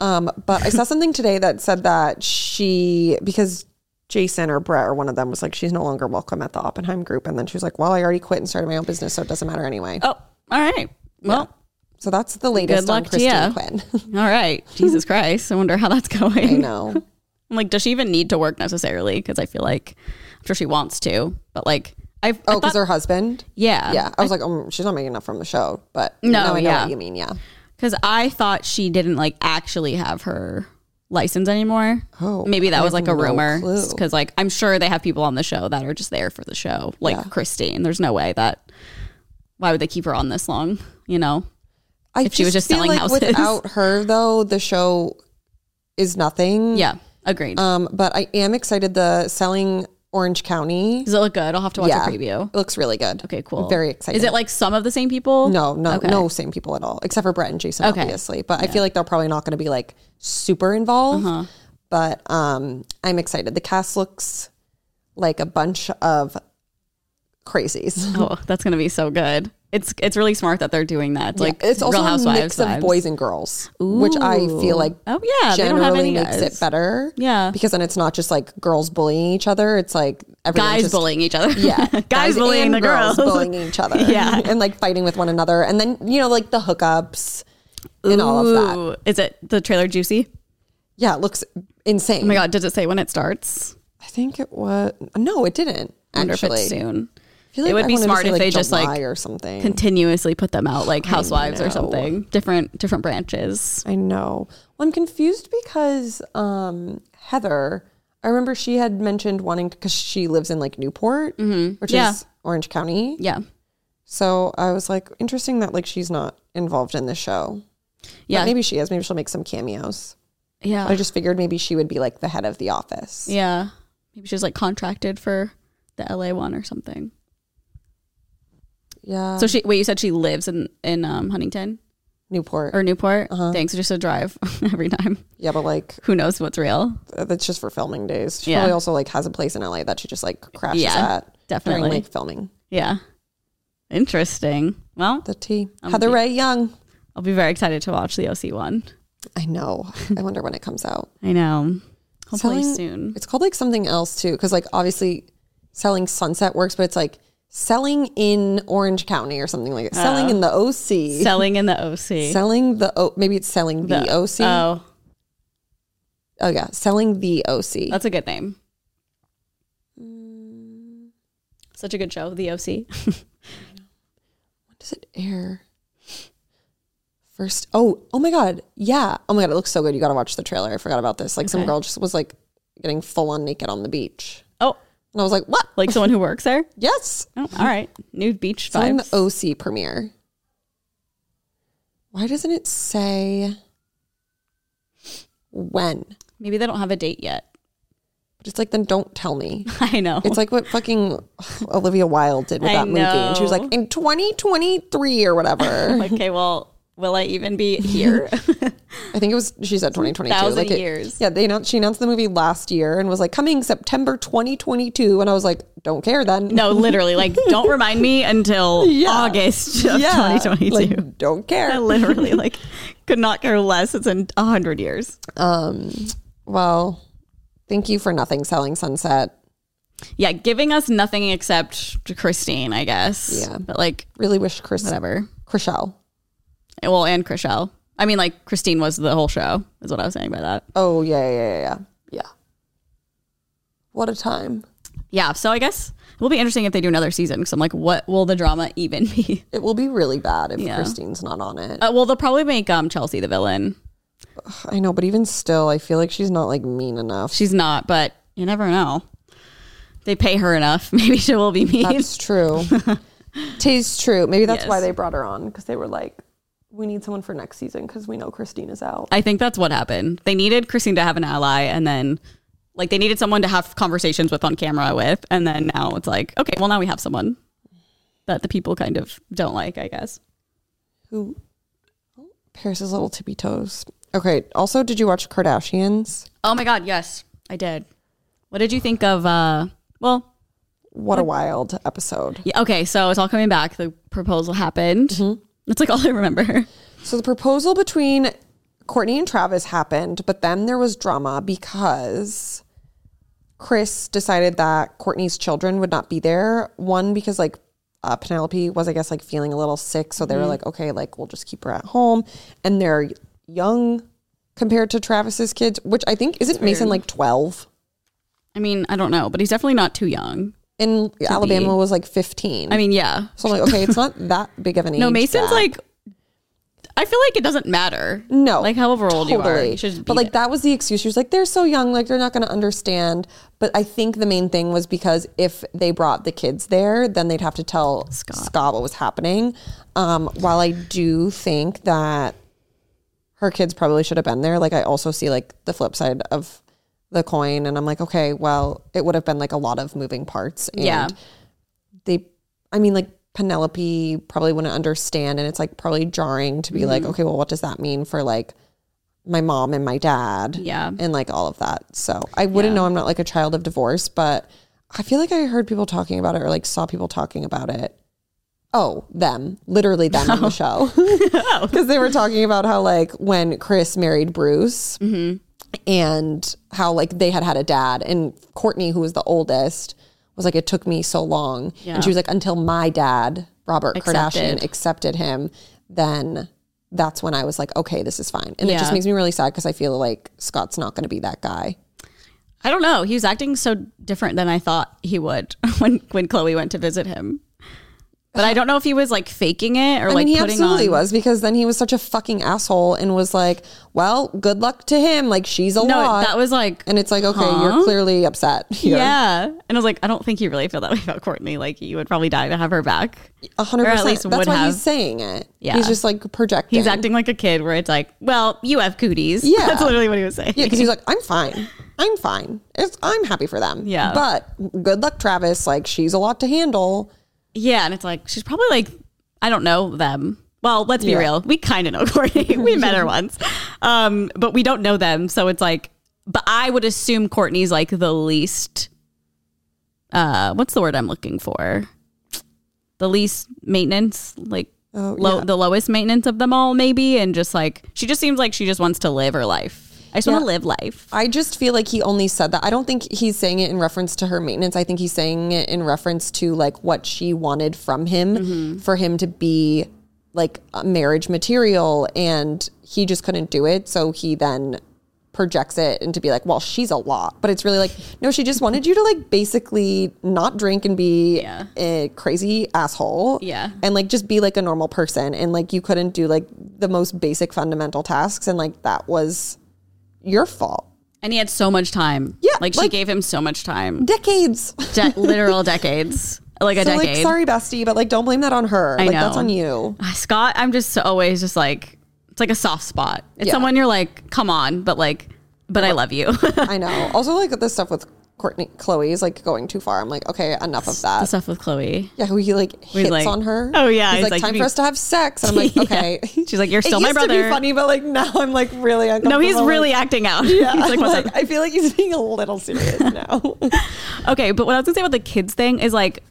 B: Um, but I saw something today that said that she, because Jason or Brett or one of them was like, she's no longer welcome at the Oppenheim group. And then she was like, well, I already quit and started my own business, so it doesn't matter anyway.
A: Oh, all right. Well,
B: So that's the latest
A: Good luck
B: on
A: to
B: Christine
A: ya.
B: Quinn.
A: all right. Jesus Christ, I wonder how that's
B: I
A: going.
B: know.
A: I'm like, does she even need to work necessarily? Because I feel like I'm sure she wants to, but like I I
B: Oh, because
A: thought-
B: her husband?
A: yeah
B: Yeah. I was like, um, she's not making enough from the show, but no, now I know
A: yeah.
B: what you mean. Yeah.
A: Because I thought she didn't like actually have her license anymore.
B: Oh,
A: maybe that
B: I
A: was
B: have
A: like a
B: no
A: rumor.
B: clue.
A: Because like I'm sure they have people on the show that are just there for the show, like
B: Yeah.
A: Christine. There's no way that. Why would they keep her on this long? You know,
B: I
A: if she was just
B: feel
A: selling houses.
B: Without her, though, the show is nothing.
A: yeah, agreed.
B: Um, but I am excited. The selling Orange County.
A: Does it look good? I'll have to watch
B: yeah,
A: a preview.
B: It looks really good.
A: Okay, cool.
B: Very excited.
A: Is it like some of the same people?
B: No, no,
A: Okay.
B: no, same people at all, except for Brett and Jason,
A: Okay.
B: obviously. But I feel like they're probably not going to be like super involved.
A: Uh-huh.
B: But um, I'm excited. The cast looks like a bunch of crazies.
A: Oh, that's gonna be so good. It's it's really smart that they're doing that. It's like
B: it's also
A: Real
B: a
A: Housewives
B: mix
A: vibes.
B: of boys and girls, which I feel like
A: Oh yeah, they don't have
B: generally
A: any
B: makes
A: guys.
B: it better.
A: Yeah.
B: Because then it's not just like girls bullying each other. It's like everyone
A: guys
B: just,
A: bullying each other.
B: Yeah.
A: guys, bullying
B: and
A: the girls.
B: bullying each other.
A: Yeah.
B: And like fighting with one another. And then, you know, like the hookups and all of that.
A: Ooh. Is it the trailer juicy?
B: Yeah. It looks insane.
A: Oh my god, does it say when it starts?
B: I think it was, no, it didn't
A: I wonder if
B: actually.
A: it's soon.
B: I feel
A: It would
B: I
A: be
B: wanted to
A: smart
B: say,
A: if they just, like,
B: July or something.
A: Continuously put them out like Housewives or
B: know.
A: something. Different different branches.
B: I know. Well, I'm confused because um, Heather, I remember she had mentioned wanting because she lives in like Newport, which
A: Mm-hmm. Yeah.
B: is Orange County.
A: Yeah.
B: So I was like, interesting that like she's not involved in this show. Yeah,
A: Yeah.
B: maybe she is. Maybe she'll make some cameos. I
A: yeah.
B: just figured maybe she would be like the head of the office.
A: Yeah. Maybe she's like contracted for the LA one or something.
B: Yeah.
A: So she wait, you said she lives in in um, Huntington
B: Newport.
A: or Newport?
B: Uh-huh.
A: Thanks, just a drive every time.
B: yeah, but like
A: Who knows what's real?
B: th- that's just for filming days. She
A: Yeah.
B: probably also like has a place in LA that she just like crashes
A: Yeah,
B: at
A: definitely.
B: during like filming.
A: Yeah. Interesting. Well,
B: The tea. Heather Ray Young.
A: I'll be very excited to watch the OC one.
B: I know. I wonder when it comes out.
A: I know. Hopefully
B: Selling-
A: soon.
B: It's called like something else too, because like obviously selling sunset works, but it's like selling in Orange County or something like that.
A: Oh.
B: Selling in the OC.
A: Selling in the OC.
B: selling the o- maybe it's selling the, OC.
A: Oh,
B: oh yeah, selling the OC.
A: that's a good name. Such a good show, The OC.
B: when does it air? First. Oh, oh my god. Yeah. Oh my god, it looks so good. You got to watch the trailer. I forgot about this. Like some girl just was like getting full on naked on the beach.
A: Oh,
B: And I was like, what?
A: Like someone who works there?
B: Yes.
A: Oh, all right. Nude beach
B: It's on
A: vibes.
B: the OC premiere. Why doesn't it say when?
A: Maybe they don't have a date yet.
B: But it's like, then don't tell me.
A: I know.
B: It's like what fucking Olivia Wilde did with
A: I
B: that movie. And she was
A: know.
B: like, in 2023 or whatever.
A: okay, well, will I even be here?
B: I think it was, she said 2022.
A: Thousand
B: like it-
A: years.
B: Yeah, they announced, she announced the movie last year and was like, coming September 2022. And I was like, don't care then.
A: no, literally. Like, don't remind me until
B: Yeah.
A: August of
B: Yeah.
A: 2022.
B: Like, don't care.
A: I literally like could not care less. It's in a hundred years.
B: Um, well, thank you for nothing selling Sunset.
A: Yeah, giving us nothing except Christine, I guess.
B: Yeah.
A: but like
B: Really wish Chris,
A: whatever.
B: Chriselle.
A: Well, and Chriselle. I mean, like Christine was the whole show. Is what I was saying by that.
B: Oh yeah, yeah, yeah, yeah, yeah. What a time!
A: Yeah. So I guess it will be interesting if they do another season. Because I'm like, what will the drama even be?
B: It will be really bad if
A: Yeah.
B: Christine's not on it.
A: Uh, well, they'll probably make um Chelsea the villain.
B: I know, but even still, I feel like she's not like mean enough.
A: She's not, but you never know. They pay her enough. Maybe she will be mean.
B: That's true. Tis true. Maybe that's why
A: Yes.
B: they brought her on because they were like, we need someone for next season because we know Christine is out.
A: I think that's what happened. They needed Christine to have an ally, and then like they needed someone to have conversations with on camera with, and then now it's like, okay, well now we have someone that the people kind of don't like, I guess.
B: Who? Paris's little tippy toes. Okay. Also, did you watch Kardashians?
A: Oh my god, yes, I did. What did you think of? uh Well,
B: What a wild episode.
A: yeah, okay, so it's all coming back. The proposal happened.
B: Mm-hmm.
A: That's like all I remember.
B: So the proposal between Courtney and Travis happened, but then there was drama because Chris decided that Courtney's children would not be there. One because like uh, Penelope was, I guess, like feeling a little sick, so they
A: Mm-hmm.
B: were like, okay, like we'll just keep her at home, and they're young compared to Travis's kids, which I think isn't Mason like twelve,
A: I mean, I don't know, but he's definitely not too young.
B: and Alabama was like fifteen.
A: I mean, yeah,
B: so I'm like, okay, it's not that big of an age.
A: no, Mason's
B: gap.
A: like. I feel like it doesn't matter.
B: No.
A: like however old you are,
B: Totally.
A: you should just
B: but
A: be
B: like
A: there.
B: that was the excuse. She was like, they're so young, like they're not gonna understand. But I think the main thing was because if they brought the kids there, then they'd have to tell Scott, what was happening. Um, while I do think that her kids probably should have been there, like I also see like the flip side of the coin and I'm like, okay, well, it would have been like a lot of moving parts. And
A: Yeah.
B: they I mean like Penelope probably wouldn't understand and it's like probably jarring to be like, okay, well what does that mean for like my mom and my dad?
A: Yeah.
B: And like all of that. So I wouldn't know I'm not like a child of divorce, but I feel like I heard people talking about it or like saw people talking about it. Oh, them. Literally them on the show. Because they were talking about how like when Chris married Bruce
A: Mm-hmm.
B: and how like they had had a dad and Courtney, who was the oldest, was like, it took me so long.
A: Yeah.
B: And she was like, until my dad, Robert
A: Accepted.
B: Kardashian, accepted him, then that's when I was like, okay, this is fine. And it
A: Yeah.
B: just makes me really sad because I feel like Scott's not going to be that guy.
A: I don't know. He was acting so different than I thought he would when when Chloe went to visit him. But I don't know if he was like faking it or
B: I
A: like
B: mean, he
A: putting
B: absolutely
A: on.
B: was because then he was such a fucking asshole and was like, well, good luck to him. Like, she's a
A: No,
B: lot.
A: that was like
B: and it's like, okay, you're clearly upset here.
A: yeah. And I was like, I don't think you really feel that way about Courtney. Like you would probably die to have her back.
B: A hundred
A: Or at
B: percent.
A: least
B: That's
A: would
B: why
A: have.
B: he's saying it.
A: Yeah.
B: He's just like projecting.
A: He's acting like a kid where it's like, well, you have cooties.
B: Yeah.
A: that's literally what he was saying.
B: Yeah, because he's like, I'm fine. I'm fine. It's, I'm happy for them.
A: Yeah.
B: But good luck, Travis. Like, she's a lot to handle.
A: Yeah, and it's like she's probably like I don't know them. Well, let's be
B: Yeah.
A: real. We kind of know Courtney. we met her once, um, but we don't know them. So it's like, but I would assume Courtney's like the least. Uh, what's the word I'm looking for? The least maintenance, like
B: Oh,
A: low,
B: yeah.
A: the lowest maintenance of them all, maybe, and just like she just seems like she just wants to live her life. I just want to
B: Yeah.
A: live life.
B: I just feel like he only said that. I don't think he's saying it in reference to her maintenance. I think he's saying it in reference to like what she wanted from him
A: Mm-hmm.
B: for him to be like a marriage material and he just couldn't do it. So he then projects it and to be like, well, she's a lot. But it's really like, no, she just wanted you to like basically not drink and be
A: Yeah.
B: a crazy asshole.
A: Yeah.
B: And like just be like a normal person. And like you couldn't do like the most basic fundamental tasks. And like that was your fault.
A: And he had so much time.
B: Yeah,
A: Like she
B: like-
A: gave him so much time.
B: Decades.
A: De- literal decades. Like a
B: So like,
A: decade.
B: sorry, bestie, but like, don't blame that on her. like, that's
A: know.
B: on you.
A: Scott, I'm just so- always just like, it's like a soft spot. It's
B: Yeah.
A: someone you're like, come on, but like, but I love you. the
B: I know. Also, like the stuff with Courtney, Chloe's like going too far. I'm like, okay, enough of that.
A: stuff with Chloe.
B: Yeah, who he like hits
A: like-
B: on her.
A: Oh, yeah,
B: he's,
A: he's
B: like,
A: like,
B: time
A: you-
B: for us to have sex. And I'm like,
A: Yeah.
B: okay.
A: She's like, "You're
B: It
A: still my
B: used to be
A: brother."
B: funny, but like now I'm like really uncomfortable.
A: No, he's really
B: Like,
A: acting out. Yeah. he's like,
B: I'm
A: what's
B: like,
A: up?
B: I feel like he's being a little serious now.
A: Okay, but what I was gonna say about the kids thing is like,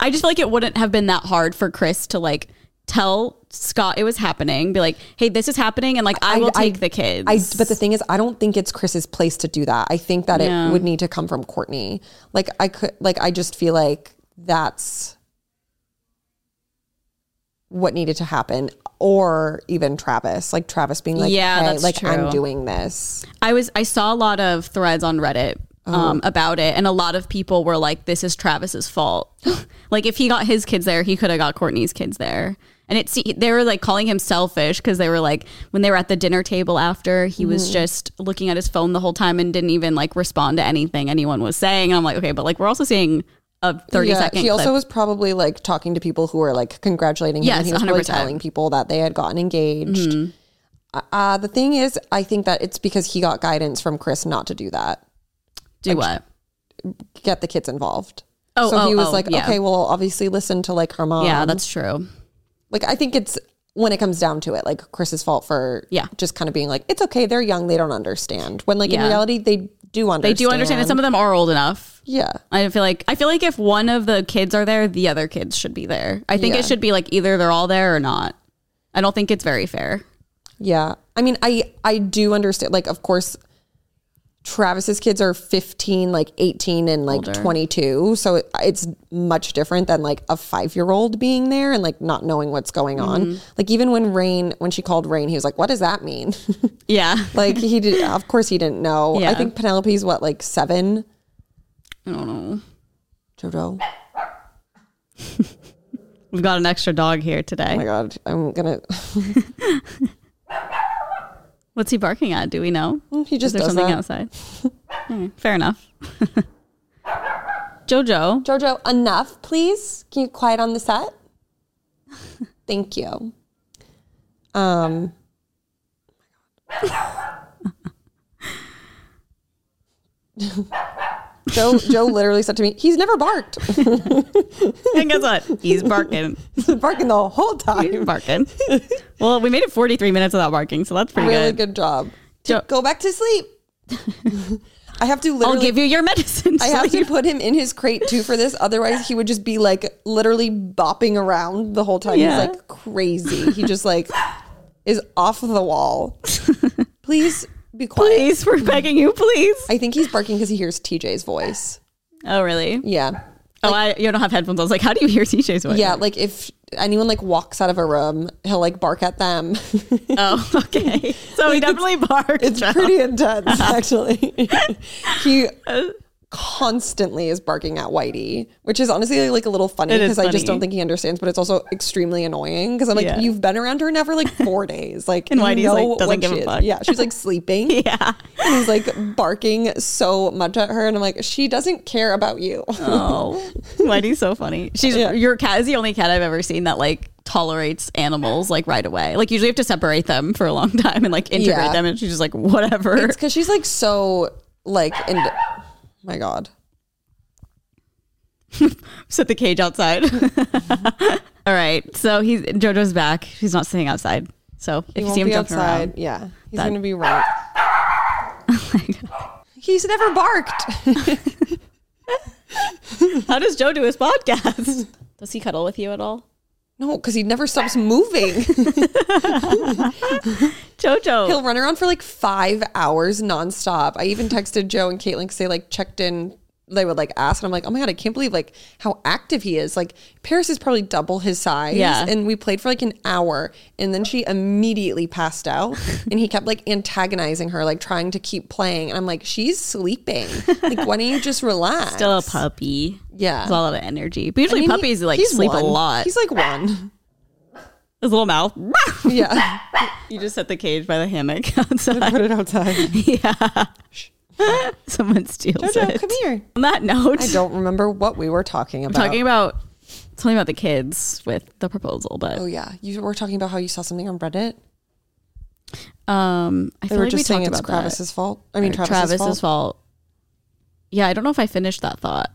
A: I just feel like it wouldn't have been that hard for Chris to like tell Scott it was happening, be like, hey, this is happening, and like I, will take the kids.
B: I, but the thing is, I don't think it's Chris's place to do that. I think that
A: Yeah.
B: it would need to come from Courtney. Like I could, like I just feel like that's what needed to happen, or even Travis, like Travis being like,
A: Yeah,
B: "Hey,
A: that's
B: like I'm
A: true.
B: doing this.
A: I was I saw a lot of threads on Reddit
B: Oh.
A: um, about it, and a lot of people were like, "This is Travis's fault. like if he got his kids there, he could have got Courtney's kids there." And it's they were like calling him selfish because they were like when they were at the dinner table after he
B: Mm.
A: was just looking at his phone the whole time and didn't even like respond to anything anyone was saying. And I'm like, okay, but like we're also seeing a 30 second
B: He also
A: clip.
B: was probably like talking to people who were like congratulating him.
A: Yes,
B: and he was probably
A: 100%.
B: telling people that they had gotten engaged.
A: Mm-hmm.
B: Uh, the thing is, I think that it's because he got guidance from Chris not to do that.
A: do what?
B: Get the kids involved.
A: Oh,
B: so he
A: oh,
B: was
A: oh,
B: like,
A: yeah.
B: okay, well, obviously listen to like her mom.
A: yeah, that's true.
B: like I think it's when it comes down to it, like Chris's fault for
A: Yeah.
B: just kind of being like, it's okay, they're young, they don't understand. When like in
A: Yeah.
B: reality, they do understand.
A: They do understand that some of them are old enough.
B: yeah.
A: I feel like I feel like if one of the kids are there, the other kids should be there. I think
B: Yeah.
A: it should be like either they're all there or not. I don't think it's very fair.
B: Yeah. I mean, I I do understand like of course Travis's kids are 15, like 18 and like 22, so it, it's much different than like a 5-year-old being there and like not knowing what's going
A: Mm-hmm.
B: on. Like even when Rain when she called Rain, he was like, "What does that mean?"
A: Yeah.
B: like he did of course he didn't know. I
A: Yeah.
B: think Penelope's what like 7.
A: I don't know.
B: Jojo. Oh
A: We've got an extra dog here
B: my
A: today.
B: god, I'm going to
A: What's he barking at? Do we know?
B: He
A: Is
B: just
A: there
B: does
A: something
B: that.
A: outside? Okay, fair enough. Jojo.
B: Jojo, enough, please. Can you quiet on the set? Thank you. Um. Joe Joe literally said to me, "He's never barked.
A: And guess what? He's barking.
B: He's been barking the whole
A: He's
B: time.
A: barking. Well, we made it 43 minutes without barking, so that's pretty
B: Really
A: good.
B: good job.
A: Joe-
B: Go back to sleep. I have to
A: I'll
B: literally
A: give you your medicine.
B: I have
A: Sleep.
B: to put him in his crate too for this. Otherwise, he would just be like literally bopping around the whole time.
A: Yeah.
B: He's like crazy. He just like is off the wall. Please be quiet.
A: Please, we're begging you, please.
B: I think he's barking because he hears TJ's voice.
A: Oh, really?
B: Yeah.
A: oh, I, you don't have headphones. I was like, how do you hear TJ's voice?
B: Yeah. Like if anyone like walks out of a room, he'll like bark at them.
A: Oh, okay. So he definitely barked.
B: It's pretty intense, actually. he constantly is barking at Whitey, which is honestly like a little funny
A: It is
B: because I just
A: funny.
B: don't think he understands. But it's also extremely annoying because I'm like,
A: Yeah.
B: you've been around her now for like four days, like,
A: And
B: you
A: Whitey's,
B: know
A: like, doesn't
B: what
A: give a
B: she is.
A: fuck.
B: Yeah, she's like sleeping.
A: yeah.
B: And he's like barking so much at her, and I'm like, she doesn't care about you.
A: Oh, Whitey's so funny. She's
B: Yeah.
A: your cat is the only cat I've ever seen that like tolerates animals like right away. Like usually you have to separate them for a long time and like integrate
B: Yeah.
A: them, and she's just like whatever.
B: It's because she's like so like, and my god,
A: Set the cage outside. All right. So he's Jojo's back. She's not sitting outside. So if you see him jumping around,
B: Yeah, he's
A: That- Oh
B: gonna be right. He's never barked.
A: how does Joe do his podcast? Does he cuddle with you at all?
B: No, because he never stops moving.
A: Jojo.
B: He'll run around for like five hours nonstop. I even texted Joe and Caitlin because they like checked in. They would like ask, and I'm like, oh my god, I can't believe like how active he is. Like Paris is probably double his size.
A: Yeah.
B: And we played for like an hour, and then she immediately passed out, and he kept like antagonizing her, like trying to keep playing. And I'm like, she's sleeping. Like, why don't you just relax?
A: Still a puppy.
B: Yeah.
A: It's a lot of energy. But
B: I
A: usually
B: mean, he-
A: puppies like
B: he's
A: sleep a
B: one.
A: lot.
B: He's like one.
A: His little mouth.
B: Yeah.
A: You just set the cage by the hammock outside.
B: Put it outside.
A: Yeah. Someone steals
B: Jojo,
A: it.
B: come here.
A: On that note,
B: I don't remember what we were talking about.
A: talking about something about the kids with the proposal, but
B: oh yeah, you were talking about how you saw something on Reddit.
A: um, I
B: They
A: feel
B: were
A: like we
B: just saying
A: talked
B: it's
A: about that.
B: Travis's fault. I mean, Travis's, fault.
A: Yeah, I don't know if I finished that thought,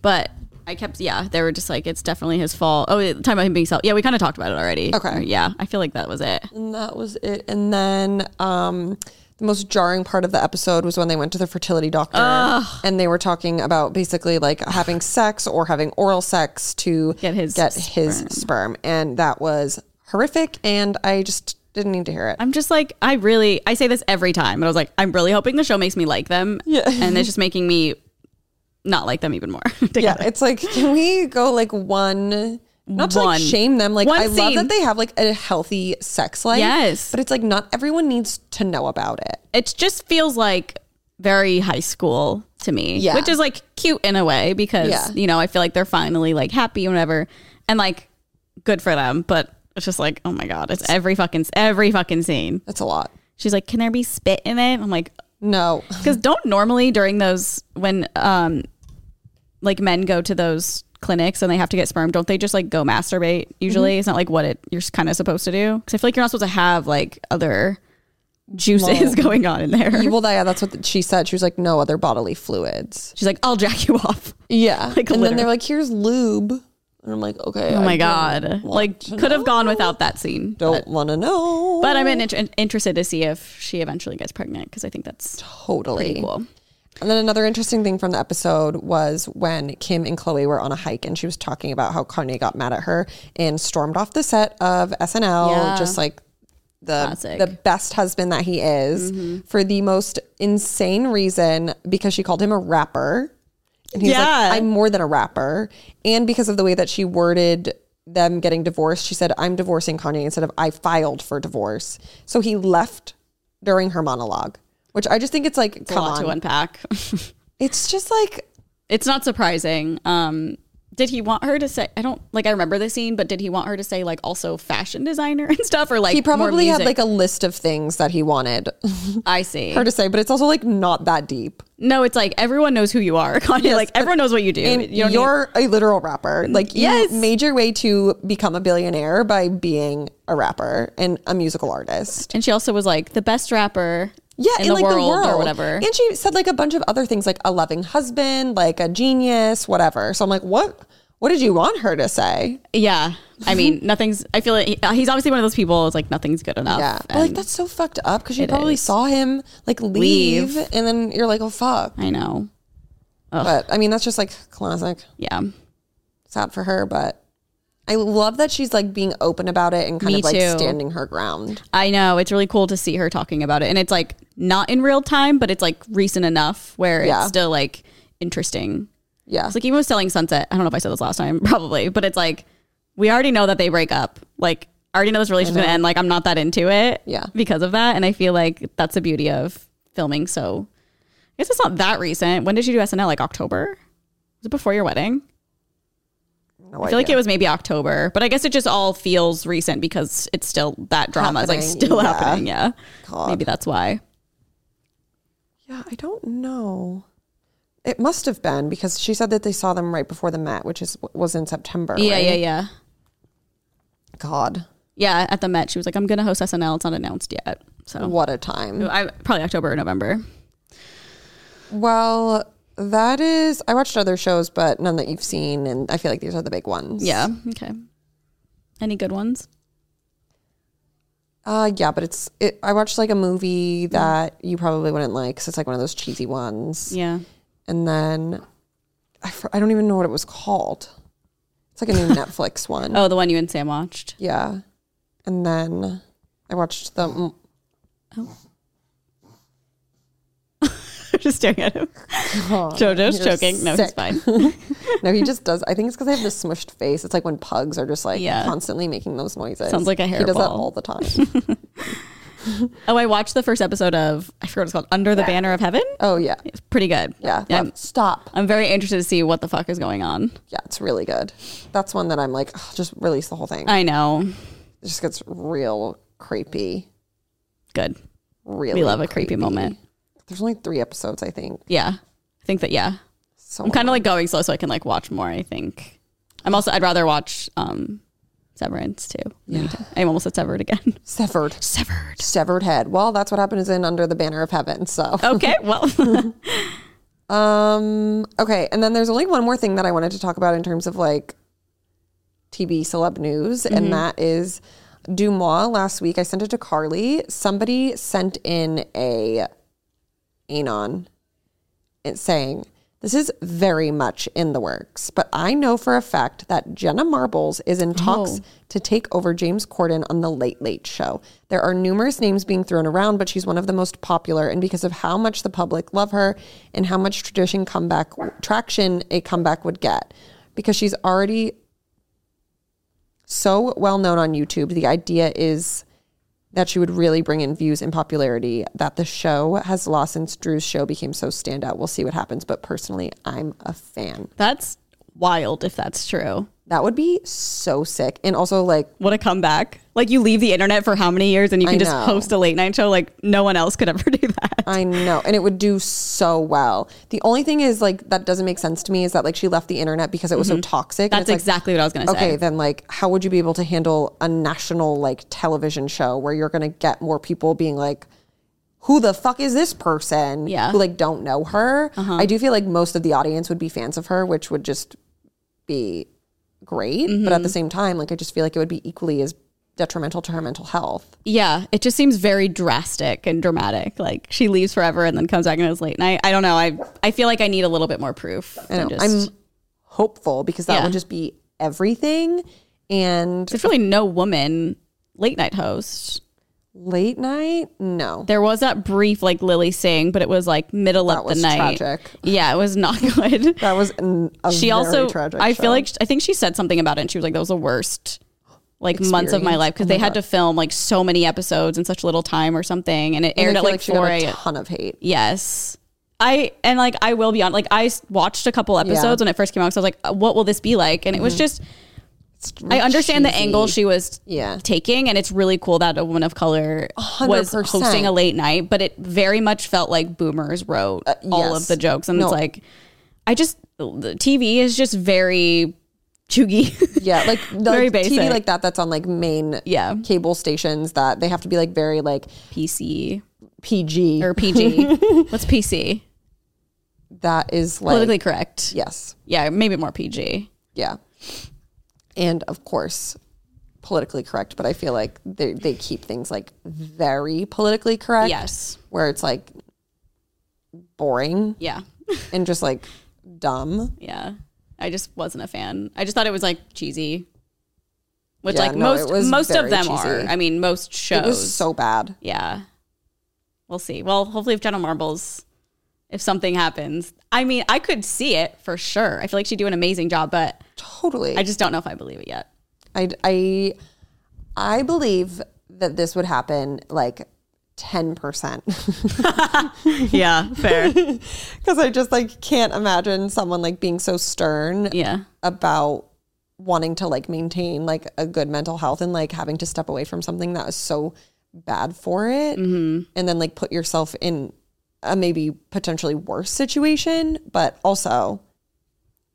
A: but I kept. Yeah, they were just like, it's definitely his fault. Oh, talking about him being self. Yeah, we kind of talked about it already.
B: Okay.
A: Yeah, I feel like that was it.
B: And that was it. And then um, the most jarring part of the episode was when they went to the fertility doctor and they were talking about basically like having sex or having oral sex to
A: Get his
B: get his sperm. And that was horrific. And I just didn't need to hear it.
A: I'm just like, I really, I say this every time, and I was like, I'm really hoping the show makes me like them.
B: Yeah.
A: and it's just making me not like them even more.
B: yeah, it's like, can we go like one? Not to
A: One.
B: like shame them. Like
A: One
B: I love
A: scene.
B: that they have like a healthy sex life.
A: Yes.
B: but it's like not everyone needs to know about it.
A: it just feels like very high school to me,
B: Yeah.
A: which is like cute in a way because
B: Yeah.
A: you know I feel like they're finally like happy and whatever, and like good for them. But it's just like oh my god, it's every fucking every fucking scene.
B: That's a lot.
A: She's like, can there be spit in it? I'm like,
B: No,
A: because don't normally during those when um like men go to those clinics and they have to get sperm don't they just like go masturbate usually it's not like what it you're kind of supposed to do because i feel like you're not supposed to have like other juices going on in there
B: well, yeah, that's what she said. She was like, no other bodily fluids.
A: she's like i'll jack you off
B: Yeah.
A: Like,
B: and then
A: literally.
B: they're like, here's lube. And I'm like, okay.
A: oh my god like could have gone without that scene but,
B: Don't want to know.
A: but i'm in- interested to see if she eventually gets pregnant because i think that's
B: totally.
A: cool
B: And then another interesting thing from the episode was when Kim and Chloe were on a hike and she was talking about how Kanye got mad at her and stormed off the set of SNL,
A: Yeah.
B: just like the
A: Classic. Mm-hmm.
B: the best husband that he is for the most insane reason because she called him a rapper. And he's
A: Yeah.
B: like, I'm more than a rapper. And because of the way that she worded them getting divorced, she said, I'm divorcing Kanye instead of I filed for divorce. So he left during her monologue, which I just think it's like,
A: It's a
B: come
A: lot
B: on.
A: to unpack
B: It's just like
A: it's not surprising. Um, did he want her to say? I don't like. I remember the scene, but did he want her to say like also fashion designer and stuff, or like
B: he probably
A: more
B: had like a list of things that he wanted
A: I see.
B: her to say, but it's also like not that deep.
A: no, it's like everyone knows who you are. Kanye. like
B: but-
A: everyone knows what you do.
B: And
A: You don't Mm,
B: you are a literal rapper. Like you
A: Yes.
B: made your way to become a billionaire by being a rapper and a musical artist.
A: need- and she also was like the best rapper.
B: Yeah,
A: in, the,
B: like
A: world or whatever.
B: And she said like a bunch of other things, like a loving husband, like a genius, whatever. So I'm like, what? What did you want her to say?
A: yeah, I mean nothing's. I feel like he- uh, he's obviously one of those people. It's like nothing's good enough.
B: Yeah, but, like
A: and
B: that's so fucked up because you probably
A: is.
B: saw him like leave,
A: Leave.
B: and then you're like, oh fuck.
A: I know.
B: But I mean, that's just like classic.
A: Yeah,
B: sad for her, but I love that she's like being open about it and kind
A: Me
B: of like
A: too.
B: standing her ground.
A: I know. It's really cool to see her talking about it, and it's like not in real time, but it's like recent enough where
B: Yeah.
A: it's still like interesting
B: Yeah.
A: It's like even with Selling Sunset, I don't know if I said this last time, probably, but it's like we already know that they break up. Like I already know this relationship's gonna end. Like I'm not that into it.
B: Yeah.
A: Because of that. And I feel like that's the beauty of filming so I guess it's not that recent. When did you do SNL? Like October? Was it before your wedding?
B: No
A: I feel like it was maybe October, but I guess it just all feels recent because it's still that drama is like
B: Happening,
A: still
B: yeah.
A: happening. Yeah.
B: God.
A: Maybe that's why.
B: yeah, I don't know. It must have been because she said that they saw them right before the Met, which is was in September.
A: Yeah,
B: right?
A: yeah, yeah.
B: God,
A: Yeah, at the Met, she was like, I'm gonna host SNL. It's not announced yet. So
B: what a time.
A: I probably October or November.
B: Well, that is. I watched other shows, but none that you've seen, and I feel like these are the big ones.
A: Yeah. Okay. Any good ones?
B: Uh, yeah, but it's. It, I watched like a movie that you probably wouldn't like, 'cause it's like one of those cheesy ones.
A: Yeah.
B: and then I, fr- I don't even know what it was called. It's like a new Netflix one.
A: Oh, the one you and Sam watched.
B: Yeah. And then I watched the. mm,
A: Just staring at him. Jojo's
B: you're
A: joking. No, he's
B: sick.
A: fine.
B: No, he just does. I think it's because I have this smushed face. It's like when pugs are just like
A: Yeah.
B: constantly making those noises.
A: Sounds like a
B: He does that
A: hairball.
B: all the time.
A: Oh, I watched the first episode of I forgot what it's called. Under the Banner of Heaven.
B: oh, yeah.
A: It's pretty good.
B: Yeah.
A: I'm,
B: love- Stop.
A: I'm very interested to see what the fuck is going on. Uh.
B: Yeah, it's really good. That's one that I'm like, "Ugh, just release the whole thing.
A: I know.
B: It just gets real creepy.
A: Good.
B: Really,
A: We love a creepy moment.
B: There's only three episodes, I think.
A: Yeah. I think that, yeah.
B: So
A: I'm kind of like going slow so I can like watch more, I think. I'm also, I'd rather watch um Severance too. Yeah. I almost said Severed again.
B: severed,
A: Severed.
B: severed head. Well, that's what happens in Under the Banner of Heaven. So,
A: Okay. Well,
B: um, okay. And then there's only one more thing that I wanted to talk about in terms of like TV celeb news, and that is Dumois. Last week, I sent it to Carly. Somebody sent in a anon and saying this is very much in the works, but I know for a fact that Jenna Marbles is in talks to take over James Corden on the Late Late Show. There are numerous names being thrown around, but she's one of the most popular, and because of how much the public love her and how much tradition comeback traction a comeback would get, because she's already so well known on YouTube. The idea is that she would really bring in views and popularity that the show has lost since Drew's show became so standout. We'll see what happens, but personally, I'm a fan.
A: that's wild if that's true.
B: That would be so sick. And also, like,
A: What a comeback. Like you leave the internet for how many years and you can
B: I
A: just
B: know. Uh,
A: host a late night show like no one else could ever do that.
B: I know, and it would do so well. The only thing is, like, that doesn't make sense to me is that, like, she left the internet because it was so toxic. and
A: That's
B: it's like,
A: exactly what I was going to say.
B: okay, then like how would you be able to handle a national like television show where you're gonna get more people being like, who the fuck is this person?
A: Yeah. Uh-huh.
B: Who like don't know her. I do feel like most of the audience would be fans of her, which would just be great. But
A: Mm-hmm.
B: at the same time, like I just feel like it would be equally as detrimental to her mental health.
A: Yeah, it just seems very drastic and dramatic. Like she leaves forever and then comes back and it's late night. I don't know. I I feel like I need a little bit more proof.
B: I know.
A: than just-
B: I'm hopeful because that
A: Yeah.
B: would just be everything. And
A: there's really no woman late night host.
B: late night, no.
A: There was that brief like Lily Singh, but it was like middle
B: That
A: of
B: was
A: the night.
B: tragic.
A: Yeah, it was not good.
B: That was an, a
A: she
B: very
A: also
B: tragic
A: I feel
B: show.
A: like I think she said something about it and she was like that was the worst like months of my
B: Experience.
A: life because they had to film like so many episodes in such little time or something and it aired
B: And I
A: at
B: feel
A: like, 4
B: she got
A: a.m.
B: a ton of hate.
A: Yes. I and like I will be on like I s- watched a couple episodes when it first came out because I was like, uh, what will this be like? And it
B: Mm-hmm.
A: was just I understand the angle she was
B: Yeah.
A: taking, and it's really cool that a woman of color was
B: 100%.
A: hosting a late night, but it very much felt like boomers wrote all
B: Uh, yes.
A: of the jokes, and
B: No.
A: it's like I just the TV is just very chuggy.
B: Yeah, like the
A: Very
B: TV
A: basic.
B: like that that's on like main
A: Yeah.
B: cable stations that they have to be like very like
A: PC
B: PG.
A: or PG? What's PC?
B: that is like
A: Politically correct.
B: yes,
A: Yeah, maybe more PG.
B: yeah, and of course politically correct. But I feel like they they keep things like very politically correct.
A: Yes.
B: where it's like boring
A: Yeah.
B: and just like dumb.
A: yeah i just wasn't a fan i just thought it was like cheesy which
B: Yeah,
A: like
B: no, it was
A: most most of
B: very
A: them are
B: cheesy.
A: i mean most shows
B: It was so bad.
A: yeah we'll see well hopefully if jenna marbles if something happens i mean i could see it for sure i feel like she'd do an amazing job but
B: Totally.
A: i just don't know if i believe it yet
B: I, I, I believe that this would happen like 10%.
A: yeah fair
B: Because I just like can't imagine someone like being so stern
A: yeah
B: about wanting to like maintain like a good mental health and like having to step away from something that is so bad for it
A: Mm-hmm.
B: and then like put yourself in a maybe potentially worse situation. But also,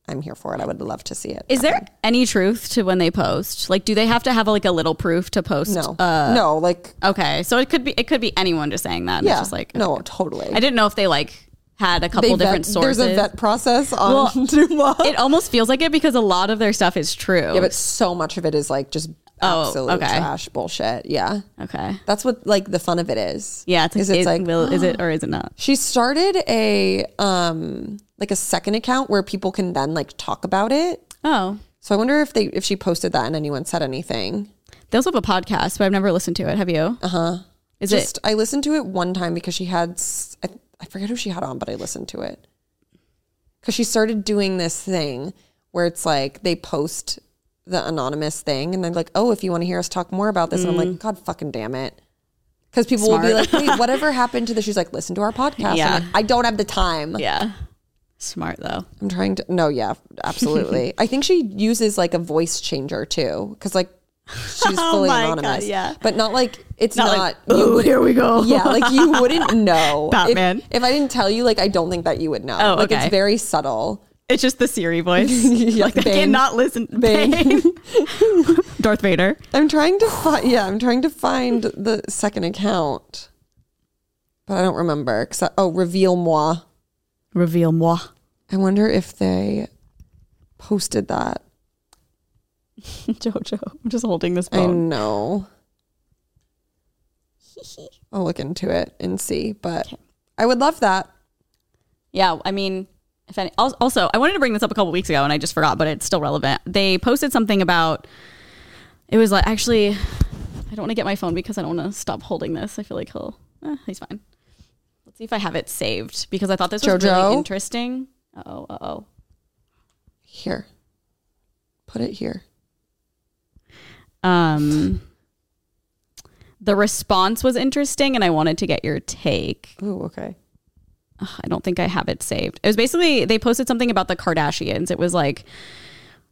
B: I'm here for it. I would love to see it.
A: is there any truth to when they post like do they have to have like a little proof to post
B: no,
A: uh,
B: no, like,
A: okay so it could be it could be anyone just saying that and
B: yeah,
A: it's just like
B: no, totally.
A: I didn't know if they like had a couple
B: They
A: different
B: vet-
A: sources.
B: There's a vet process on
A: Well,
B: Dumas.
A: it almost feels like it because a lot of their stuff is true.
B: yeah, but so much of it is like just
A: Oh,
B: absolute
A: okay.
B: trash bullshit. Yeah,
A: okay.
B: that's what like the fun of it is.
A: Yeah, it's like,
B: is it's
A: it
B: like
A: will, is it or is it not?
B: she started a um like a second account where people can then like talk about it.
A: Oh,
B: So I wonder if they if she posted that and anyone said anything.
A: they also have a podcast, but I've never listened to it. Have you?
B: Uh-huh.
A: Uh huh. Is
B: Just I listened to it one time because she had s- I, I forget who she had on, but I listened to it because she started doing this thing where it's like they post the anonymous thing and they're like, oh, if you want to hear us talk more about this, and I'm like, God fucking damn it. Because people will be like,
A: Mm. Smart.
B: wait, whatever happened to this? She's like, listen to our podcast. I'm
A: Yeah.
B: like, I don't have the time.
A: it? Yeah. Smart though.
B: I'm trying to. No, yeah, absolutely. I think she uses like a voice changer too, because like She's fully
A: Oh my God,
B: anonymous.
A: yeah.
B: But not like it's
A: Not
B: not,
A: like, oh, here we go.
B: yeah, like you wouldn't know. If-
A: Batman.
B: If, I didn't tell you, like I don't think that you would know.
A: Oh,
B: Like
A: okay.
B: it's very subtle.
A: It's just the Siri voice.
B: Yeah,
A: like, I
B: Bane.
A: cannot listen.
B: Bane.
A: Bane. Darth Vader.
B: I'm trying to find yeah, I'm trying to find the second account. But I don't remember. Cause I, oh, reveal moi.
A: Reveal moi.
B: I wonder if they posted that.
A: Jojo. I'm just holding this
B: I
A: phone.
B: know. I'll look into it and see. But
A: Okay.
B: I would love that.
A: Yeah, I mean, if any, al- also, I wanted to bring this up a couple weeks ago and I just forgot, but it's still relevant. They posted something about it was like actually, I don't want to get my phone because I don't want to stop holding this. I feel like he'll eh, he's fine. Let's see if I have it saved because I thought this was really
B: Jojo?
A: interesting. Uh oh, uh oh.
B: Here. Put it here.
A: um the response was interesting and i wanted to get your take
B: Ooh, okay.
A: Ugh, i don't think i have it saved it was basically they posted something about the kardashians it was like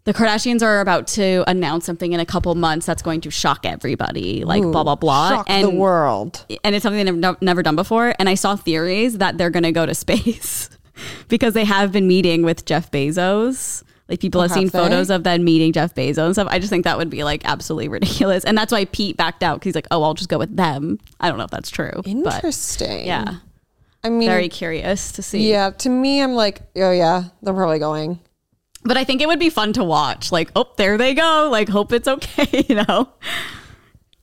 A: the kardashians are about to announce something in a couple months that's going to shock everybody like blah blah blah
B: Shock
A: and
B: the world.
A: and it's something they've nev- never done before and i saw theories that they're going to go to space because they have been meeting with jeff bezos like people have
B: Have
A: seen
B: they?
A: photos of them meeting jeff bezos and stuff i just think that would be like absolutely ridiculous and that's why pete backed out because he's like oh i'll just go with them i don't know if that's true but
B: Interesting.
A: yeah
B: I mean,
A: very curious to see
B: yeah, to me, I'm like, oh, yeah, they're probably going.
A: but i think it would be fun to watch like oh there they go like hope it's okay you know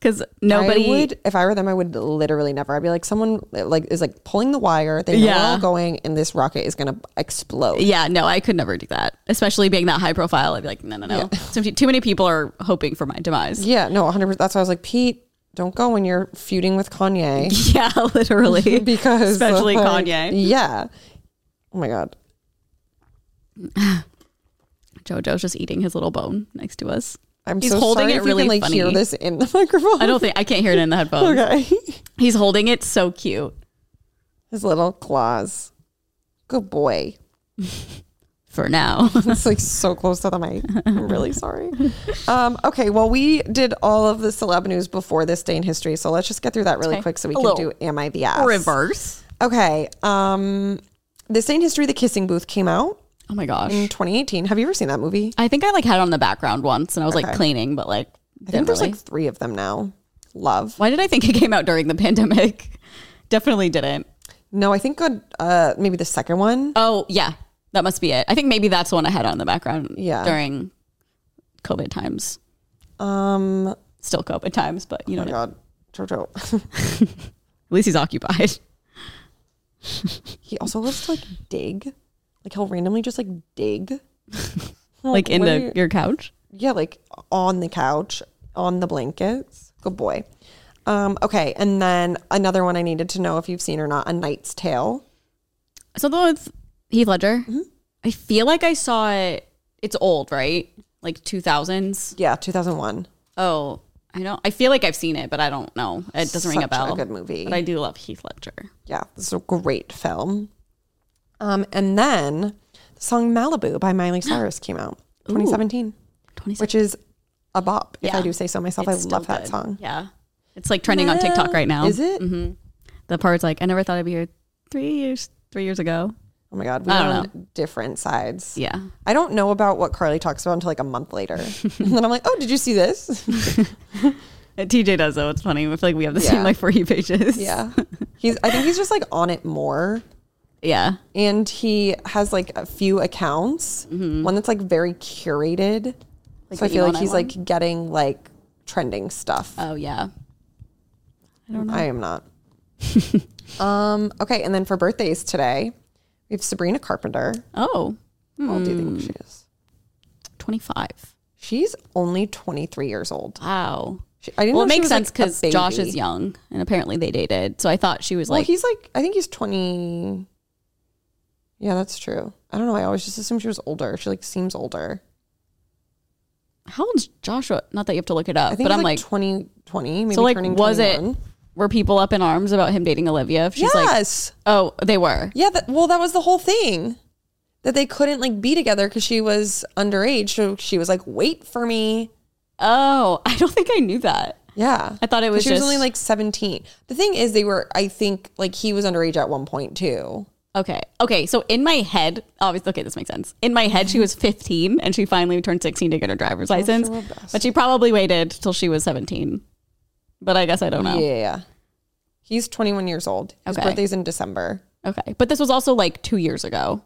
A: because nobody
B: I would, if I were them, I would literally never. I'd be like, someone like is like pulling the wire. They know we're
A: Yeah.
B: all going, and this rocket is gonna explode.
A: Yeah, no, I could never do that. Especially being that high profile, I'd be like, no, no, no. So too many people are hoping for my demise.
B: Yeah, no, 100. percent That's why I was like, Pete, don't go when you're feuding with Kanye
A: Yeah, literally.
B: because
A: especially
B: like,
A: Kanye.
B: Yeah. Oh my god.
A: JoJo's just eating his little bone next to us.
B: I'm
A: He's
B: so
A: holding
B: sorry
A: it
B: if
A: really
B: you can, like hear
A: funny.
B: this in the microphone.
A: I don't think I can't hear it in the headphones.
B: okay.
A: He's holding it so cute.
B: His little claws. Good boy.
A: For now.
B: It's like so close to the mic. I'm really sorry. Um, okay, well, we did all of the celeb news before this day in history, so let's just get through that really
A: Okay.
B: quick so we
A: A
B: can
A: little
B: do Am I the Ass?
A: Reverse.
B: Okay. Um, this day in history, The Kissing Booth came out
A: Oh my
B: in
A: gosh.
B: 2018. Have you ever seen that movie?
A: I think I like had it on the background once and I was like
B: Okay.
A: cleaning, but like
B: I
A: didn't
B: think there's
A: really.
B: like three of them now. Love.
A: Why did I think it came out during the pandemic? Definitely didn't.
B: No, I think good. Uh, maybe the second one.
A: Oh yeah, that must be it. I think maybe that's the one I had on the background.
B: Yeah.
A: during COVID times,
B: Um, oh
A: still COVID times, but you know,
B: my
A: at
B: God, Jojo.
A: least he's occupied.
B: he also loves to like dig. Like he'll randomly just like dig.
A: Like in
B: what are
A: the
B: you-
A: your couch.
B: Yeah, like on the couch, on the blankets. Good boy. Um, okay, and then another one I needed to know if you've seen or not, A Knight's Tale.
A: So the one with Heath Ledger,
B: Mm-hmm.
A: I feel like I saw it. It's old, right? Like two thousands.
B: Yeah, 2001.
A: Oh, I don't. I feel like I've seen it, but I don't know. It doesn't ring a
B: Such
A: bell.
B: good movie.
A: But I do love Heath Ledger.
B: yeah, this is a great film. Um, and then the song Malibu by Miley Cyrus came out 2017,
A: 27.
B: which is a bop, if
A: Yeah.
B: I do say so myself.
A: It's
B: I
A: still
B: love that
A: good.
B: song.
A: Yeah, it's like trending on TikTok right now. Mm-hmm.
B: Is it?
A: The part's like, I never thought I'd be here three years, three years ago.
B: Oh my God, we're
A: I don't
B: on different sides.
A: Yeah.
B: I don't know about what Carly talks about until like a month later. and then I'm like, oh, did you see this?
A: Uh, TJ does though. It's funny. I feel like we have the same
B: Yeah.
A: like for you pages.
B: Yeah. He's I think he's just like on it more.
A: Yeah.
B: And he has like a few accounts. One that's like very curated. so I
A: Mm-hmm. the
B: feel like
A: Elon
B: he's
A: one?
B: like getting like trending stuff.
A: Oh yeah.
B: I don't know. I am not. um, okay, and then for birthdays today, we have Sabrina Carpenter.
A: Oh.
B: How old do you think she is?
A: 25.
B: She's only 23 years old.
A: Wow.
B: She, I didn't
A: Well, it
B: know she
A: makes
B: was, like,
A: sense
B: a
A: because Josh
B: baby.
A: is young and apparently they dated. So I thought she was
B: Well,
A: like,
B: he's like, I think he's 20. Yeah, that's true. I don't know. I always just assumed she was older. She like seems older.
A: how old's Joshua? Not that you have to look it
B: I
A: up,
B: think
A: but
B: but
A: I'm like,
B: 20, 20, maybe
A: so like,
B: turning
A: was
B: 21.
A: it, were people up in arms about him dating Olivia? If she's like,
B: yes.
A: oh, they were.
B: yeah. That, well, that was the whole thing that they couldn't like be together because she was underage. So she was like, wait for me.
A: Oh, I don't think I knew that.
B: Yeah.
A: I thought it was
B: she was
A: just-
B: only like 17. The thing is, they were, I think, like he was underage at one point too.
A: Okay. Okay. So in my head, obviously, okay, this makes sense. In my head, she was 15 and she finally turned 16 to get her driver's license.
B: Oh, we're best.
A: But she probably waited till she was 17. But I guess I don't know.
B: Yeah. He's 21 years old. His
A: Okay.
B: birthday's in December.
A: Okay. But this was also like two years ago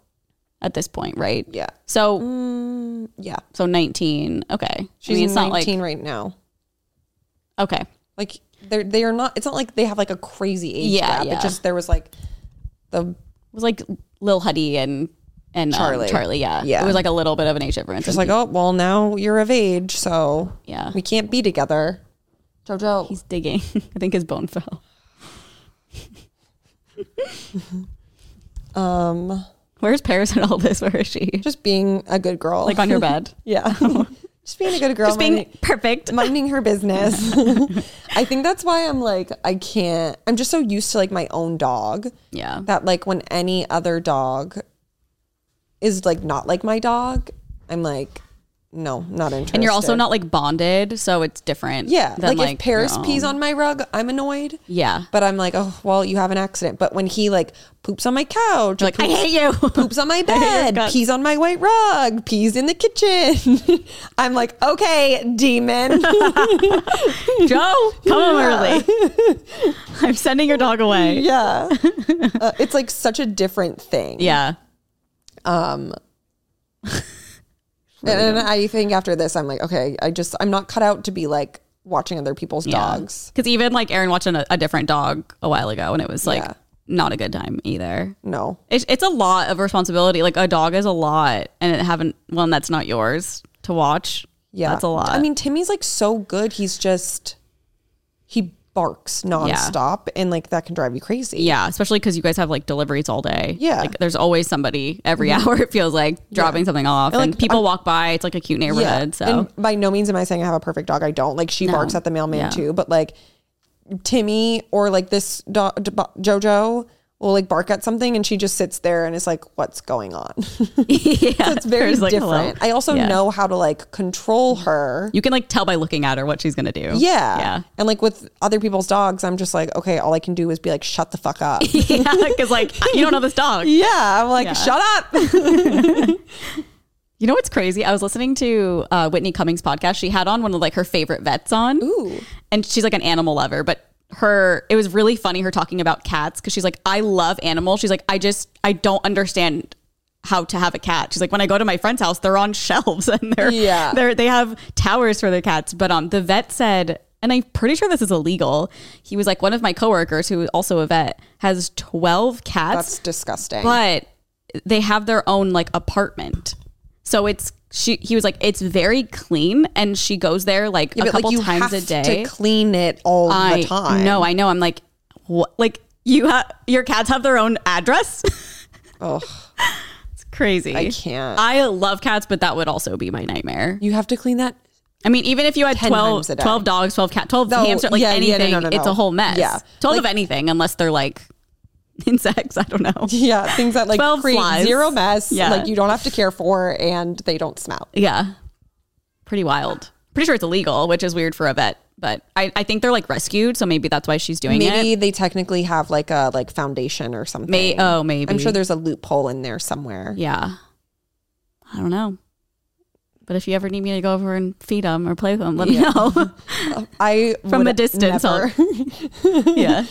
A: at this point, right?
B: Yeah.
A: So,
B: Yeah.
A: so 19. Okay.
B: She's
A: I mean, it's not
B: 19
A: like,
B: right now.
A: okay.
B: Like they're, they are not, it's not like they have like a crazy age
A: Yeah,
B: gap.
A: yeah.
B: It just, there was like the,
A: It was like Lil Huddy and, and um,
B: Charlie.
A: Charlie. Yeah.
B: Yeah.
A: It was like a little bit of an age difference.
B: it's like, oh, well, now you're of age. So
A: yeah.
B: we can't be together. Jojo.
A: He's digging. I think his bone fell.
B: um,
A: Where's Paris in all this? Where is she?
B: just being a good girl.
A: Like on your bed.
B: yeah. just being a good girl.
A: Just being
B: minding-
A: perfect.
B: minding her business. I think that's why I'm like, I can't, I'm just so used to like my own dog
A: Yeah.
B: that like when any other dog is like not like my dog, I'm like, no, not interested.
A: And you're also not like bonded, so it's different.
B: yeah.
A: than,
B: Like, if Paris
A: your
B: pees
A: own.
B: on my rug, I'm annoyed.
A: Yeah.
B: But I'm like, oh well, you have an accident. But when he like poops on my couch, or
A: Like, I
B: poops-
A: hate you.
B: poops on my
A: hate your
B: bed,
A: guts.
B: pees on my white rug, pees in the kitchen. I'm like, okay, demon.
A: Joe, come home early. I'm sending your dog away.
B: yeah. Uh, it's like such a different thing.
A: Yeah.
B: Um, and I think after this, I'm like, okay, I just, I'm not cut out to be like watching other people's dogs.
A: Because even like Aaron watched a, a different dog a while ago, and it was like
B: Yeah.
A: not a good time either.
B: No.
A: It's, it's a lot of responsibility. Like a dog is a lot, and it haven't one that's not yours to watch.
B: Yeah.
A: that's a lot.
B: I mean, Timmy's like so good. He's just, he barks nonstop and like that can drive you crazy.
A: Yeah, especially because you guys have like deliveries all day.
B: Yeah. Mm-hmm.
A: like there's always somebody every hour. It feels like dropping something off, and,
B: like,
A: people walk by. It's like a cute neighborhood. So
B: And by no means am I saying I have a perfect dog. I don't. Like she barks at the mailman
A: Yeah.
B: too, but like Timmy or like this dog d- bo- Jojo will like bark at something and she just sits there and is like, "What's going on?"
A: yeah,
B: it's very
A: there's, like, hello.
B: different. I also
A: Yeah.
B: know how to like control her.
A: You can like tell by looking at her what she's gonna do.
B: Yeah.
A: yeah,
B: And like with other people's dogs, I'm just like, okay, all I can do is be like, shut the fuck up.
A: yeah. Because like you don't know this dog.
B: yeah. I'm like,
A: Yeah.
B: shut up.
A: You know what's crazy? I was listening to uh, Whitney Cummings' podcast. She had on one of like her favorite vets on.
B: Ooh.
A: and she's like an animal lover, but her it was really funny her talking about cats because she's like I love animals. She's like I just I don't understand how to have a cat. She's like when I go to my friend's house, they're on shelves and they're
B: Yeah.
A: they're they have towers for their cats. But um the vet said and I'm pretty sure this is illegal. He was like one of my coworkers who is also a vet has 12 cats
B: That's disgusting.
A: but they have their own like apartment. So it's she he was like it's very clean and she goes there like
B: Yeah,
A: a
B: but,
A: couple
B: you
A: times
B: have
A: a day.
B: to clean it all
A: I
B: the time.
A: No, I know. I'm like, what? Like you have your cats have their own address.
B: Ugh.
A: it's crazy. I
B: can't.
A: I love cats, but that would also be my nightmare.
B: you have to clean that
A: I mean, even if you had 12,
B: times a day.
A: 12 dogs, 12 cats, 12
B: No,
A: hamsters, like
B: yeah, yeah, no,
A: anything,
B: no, no,
A: it's a
B: no.
A: whole mess.
B: Yeah.
A: 12 of
B: Like-
A: anything, unless they're like insects. I don't know.
B: Yeah, things that like
A: 12
B: create
A: flies.
B: zero mess,
A: Yeah.
B: like you don't have to care for, and they don't smell.
A: Yeah. Pretty wild. Pretty sure it's illegal, which is weird for a vet, but I, I think they're like rescued. So maybe that's why she's doing
B: Maybe
A: it.
B: they technically have like a like foundation or something.
A: May, oh, maybe.
B: I'm sure there's a loophole in there somewhere.
A: Yeah. I don't know. But if you ever need me to go over and feed them or play with them, let me know.
B: I
A: From
B: would
A: a distance,
B: never-
A: yeah.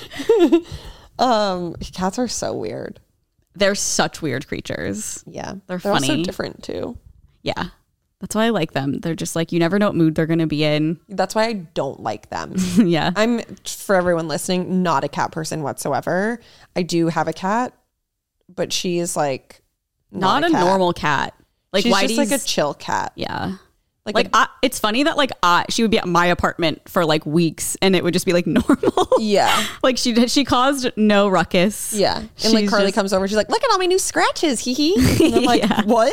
B: um, cats are so weird.
A: They're such weird creatures.
B: Yeah,
A: They're
B: also
A: funny.
B: different too.
A: Yeah. That's why I like them. They're just like, you never know what mood they're going to be in.
B: That's why I don't like them.
A: yeah.
B: I'm for everyone listening, not a cat person whatsoever. I do have a cat, but she is like
A: Not, a,
B: cat.
A: normal cat. Like,
B: She's
A: why
B: just
A: do
B: like a chill cat.
A: Yeah.
B: Like,
A: like
B: a,
A: I, it's funny that like I, she would be at my apartment for like weeks and it would just be like normal.
B: yeah.
A: like she did, she caused no ruckus.
B: Yeah. And like
A: She's
B: Carly
A: just-
B: comes over, she's like, look at all my new scratches, hee hee. And I'm like,
A: Yeah.
B: what?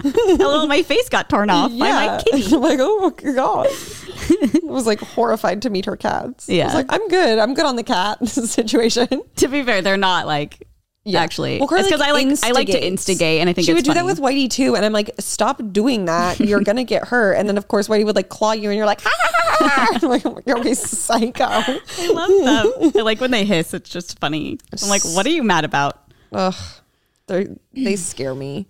A: Hello, my face got torn off by my kitty.
B: I'm like, oh my God. I was like horrified to meet her cats. I
A: Yeah.
B: was like, I'm good. I'm good on the cat situation.
A: To be fair, they're not like
B: Yeah.
A: Actually,
B: Well, Carly,
A: because
B: like,
A: I like I like to
B: instigates.
A: instigate, and I think
B: She
A: it's
B: would do that
A: funny.
B: with Whitey too, and I'm like, stop doing that. You're gonna get hurt. And then of course Whitey would like claw you, and you're like, ah! I'm like you're a psycho.
A: I love them. I like when they hiss. It's just funny. I'm like, what are you mad about?
B: Ugh, they they scare me.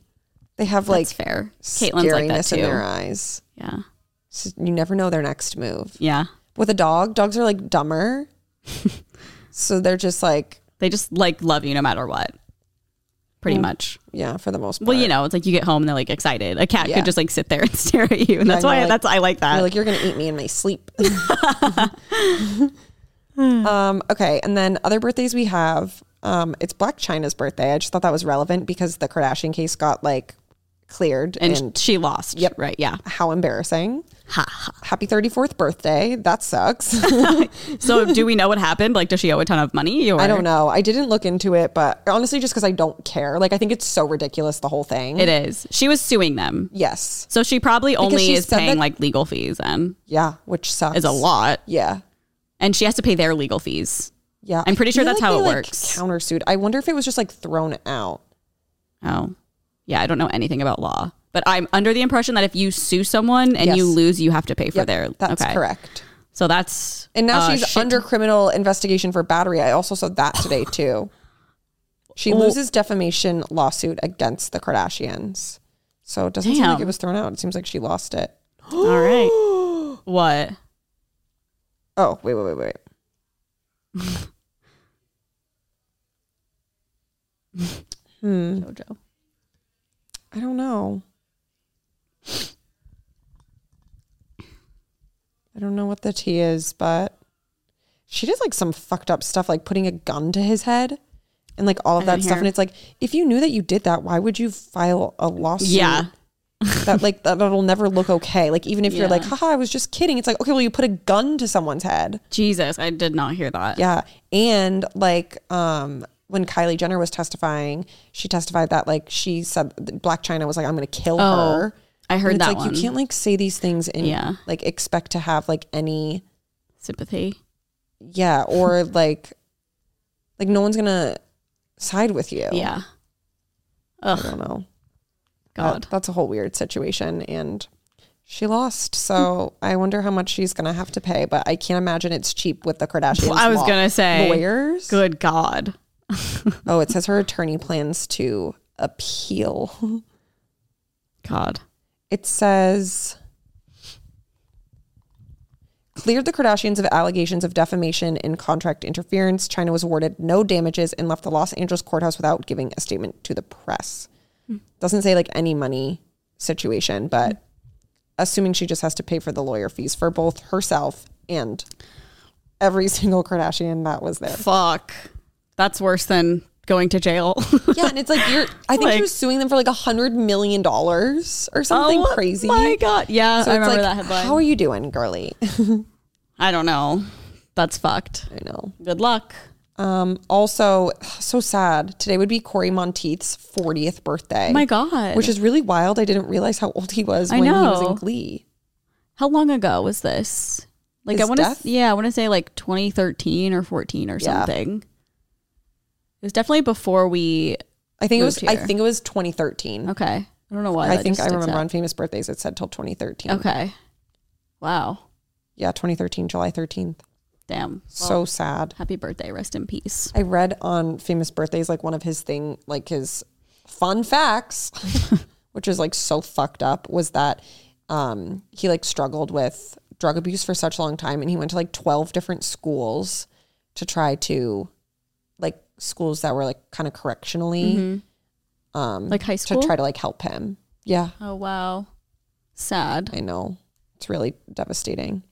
B: They have like
A: That's fair. Caitlin's
B: scariness
A: like that too.
B: in their eyes.
A: Yeah.
B: So you never know their next move.
A: Yeah.
B: With a dog, dogs are like dumber, so they're just like
A: They just like love you no matter what. Pretty much.
B: yeah, for the most part.
A: Well, you know, it's like you get home and they're like excited. A cat
B: Yeah.
A: could just like sit there and stare at you. And that's
B: and
A: why
B: you're like-
A: that's I like that.
B: You're like, you're gonna eat me in my sleep. um, okay, and then other birthdays we have. Um, it's Black China's birthday. I just thought that was relevant because the Kardashian case got like cleared
A: and,
B: and,
A: sh- she lost.
B: Yep.
A: Right. Yeah.
B: how embarrassing.
A: Ha, ha.
B: Happy 34th birthday. That sucks.
A: So do we know what happened? Like, does she owe a ton of money? Or
B: I don't know. I didn't look into it, but honestly, just because I don't care. Like, I think it's so ridiculous, the whole thing.
A: It is. She was suing them.
B: Yes.
A: So she probably only
B: she
A: is
B: said
A: paying
B: that-
A: like legal fees and
B: Yeah. Which sucks.
A: is a lot.
B: Yeah.
A: And she has to pay their legal fees.
B: Yeah.
A: I'm pretty
B: I
A: sure
B: feel
A: that's how
B: they,
A: it
B: like,
A: works.
B: Countersued. I wonder if it was just like thrown out.
A: Oh. Yeah, I don't know anything about law. But I'm under the impression that if you sue someone and you
B: Yes.
A: lose, you have to pay for
B: Yep,
A: their
B: That's
A: okay.
B: correct.
A: So that's
B: And now
A: uh,
B: she's
A: shit.
B: under criminal investigation for battery. I also saw that today too. She loses defamation lawsuit against the Kardashians. So it doesn't seem like
A: Damn.
B: it was thrown out. It seems like she lost it.
A: All right. What?
B: Oh, wait, wait, wait, wait. Mm.
A: Jojo.
B: I don't know. I don't know what the tea is, but she did like some fucked up stuff, like putting a gun to his head and like all of
A: I
B: that
A: didn't
B: stuff.
A: hear.
B: And it's like, if you knew that you did that, why would you file a lawsuit?
A: Yeah.
B: that like that, that'll never look okay. Like even if you're like,
A: Yeah.
B: haha, I was just kidding. It's like, okay, well, you put a gun to someone's head.
A: Jesus, I did not hear that.
B: Yeah. And like um when Kylie Jenner was testifying, she testified that like she said that Black China was like, I'm gonna kill
A: Oh,
B: her.
A: I heard
B: And it's
A: that
B: like
A: one.
B: you can't like say these things and
A: Yeah.
B: like expect to have like any
A: Sympathy.
B: yeah, or like like no one's gonna side with you.
A: Yeah.
B: I
A: Ugh,
B: don't know.
A: God.
B: That- that's a whole weird situation and she lost, so I wonder how much she's gonna have to pay. But I can't imagine it's cheap with the Kardashians.
A: I was
B: law-
A: gonna say,
B: lawyers.
A: Good God.
B: Oh, it says her attorney plans to appeal.
A: God.
B: It says cleared the Kardashians of allegations of defamation and contract interference. China was awarded no damages and left the Los Angeles courthouse without giving a statement to the press. Doesn't say like any money situation, but assuming she just has to pay for the lawyer fees for both herself and every single Kardashian that was there.
A: Fuck. That's worse than going to jail.
B: Yeah, and it's like you're. I think
A: Like-
B: she was suing them for like a hundred million dollars or something
A: Oh,
B: crazy.
A: My God. Yeah,
B: So
A: I
B: it's
A: remember
B: like,
A: that headline.
B: How are you doing, girly? I
A: I don't know. That's fucked.
B: know.
A: Good luck.
B: Um, also, so sad. Today would be Corey Monteith's 40th birthday.
A: Oh my God.
B: Which is really wild. I didn't realize how old he was
A: I
B: when he was
A: know.
B: in Glee.
A: how long ago was this? Like
B: His
A: I want to
B: death?
A: yeah, I want to say like 2013 or 14 or
B: Yeah.
A: something. It was definitely before we
B: I think
A: Moved
B: it was. I
A: here.
B: think it was 2013.
A: okay. I don't know why.
B: I
A: that
B: think
A: just
B: I
A: sticks
B: remember
A: out.
B: on Famous Birthdays it said till 2013.
A: Okay. Wow.
B: Yeah, 2013, July 13th.
A: Damn.
B: so sad.
A: Happy birthday. Rest in peace.
B: I read on Famous Birthdays like one of his thing, like his fun facts, which is like so fucked up, was that um, he like struggled with drug abuse for such a long time, and he went to like twelve different schools to try to like schools that were like kind of correctionally um,
A: Like Mm-hmm. high school?
B: to try to like help him. Yeah,
A: Oh wow. Sad.
B: I know it's really devastating.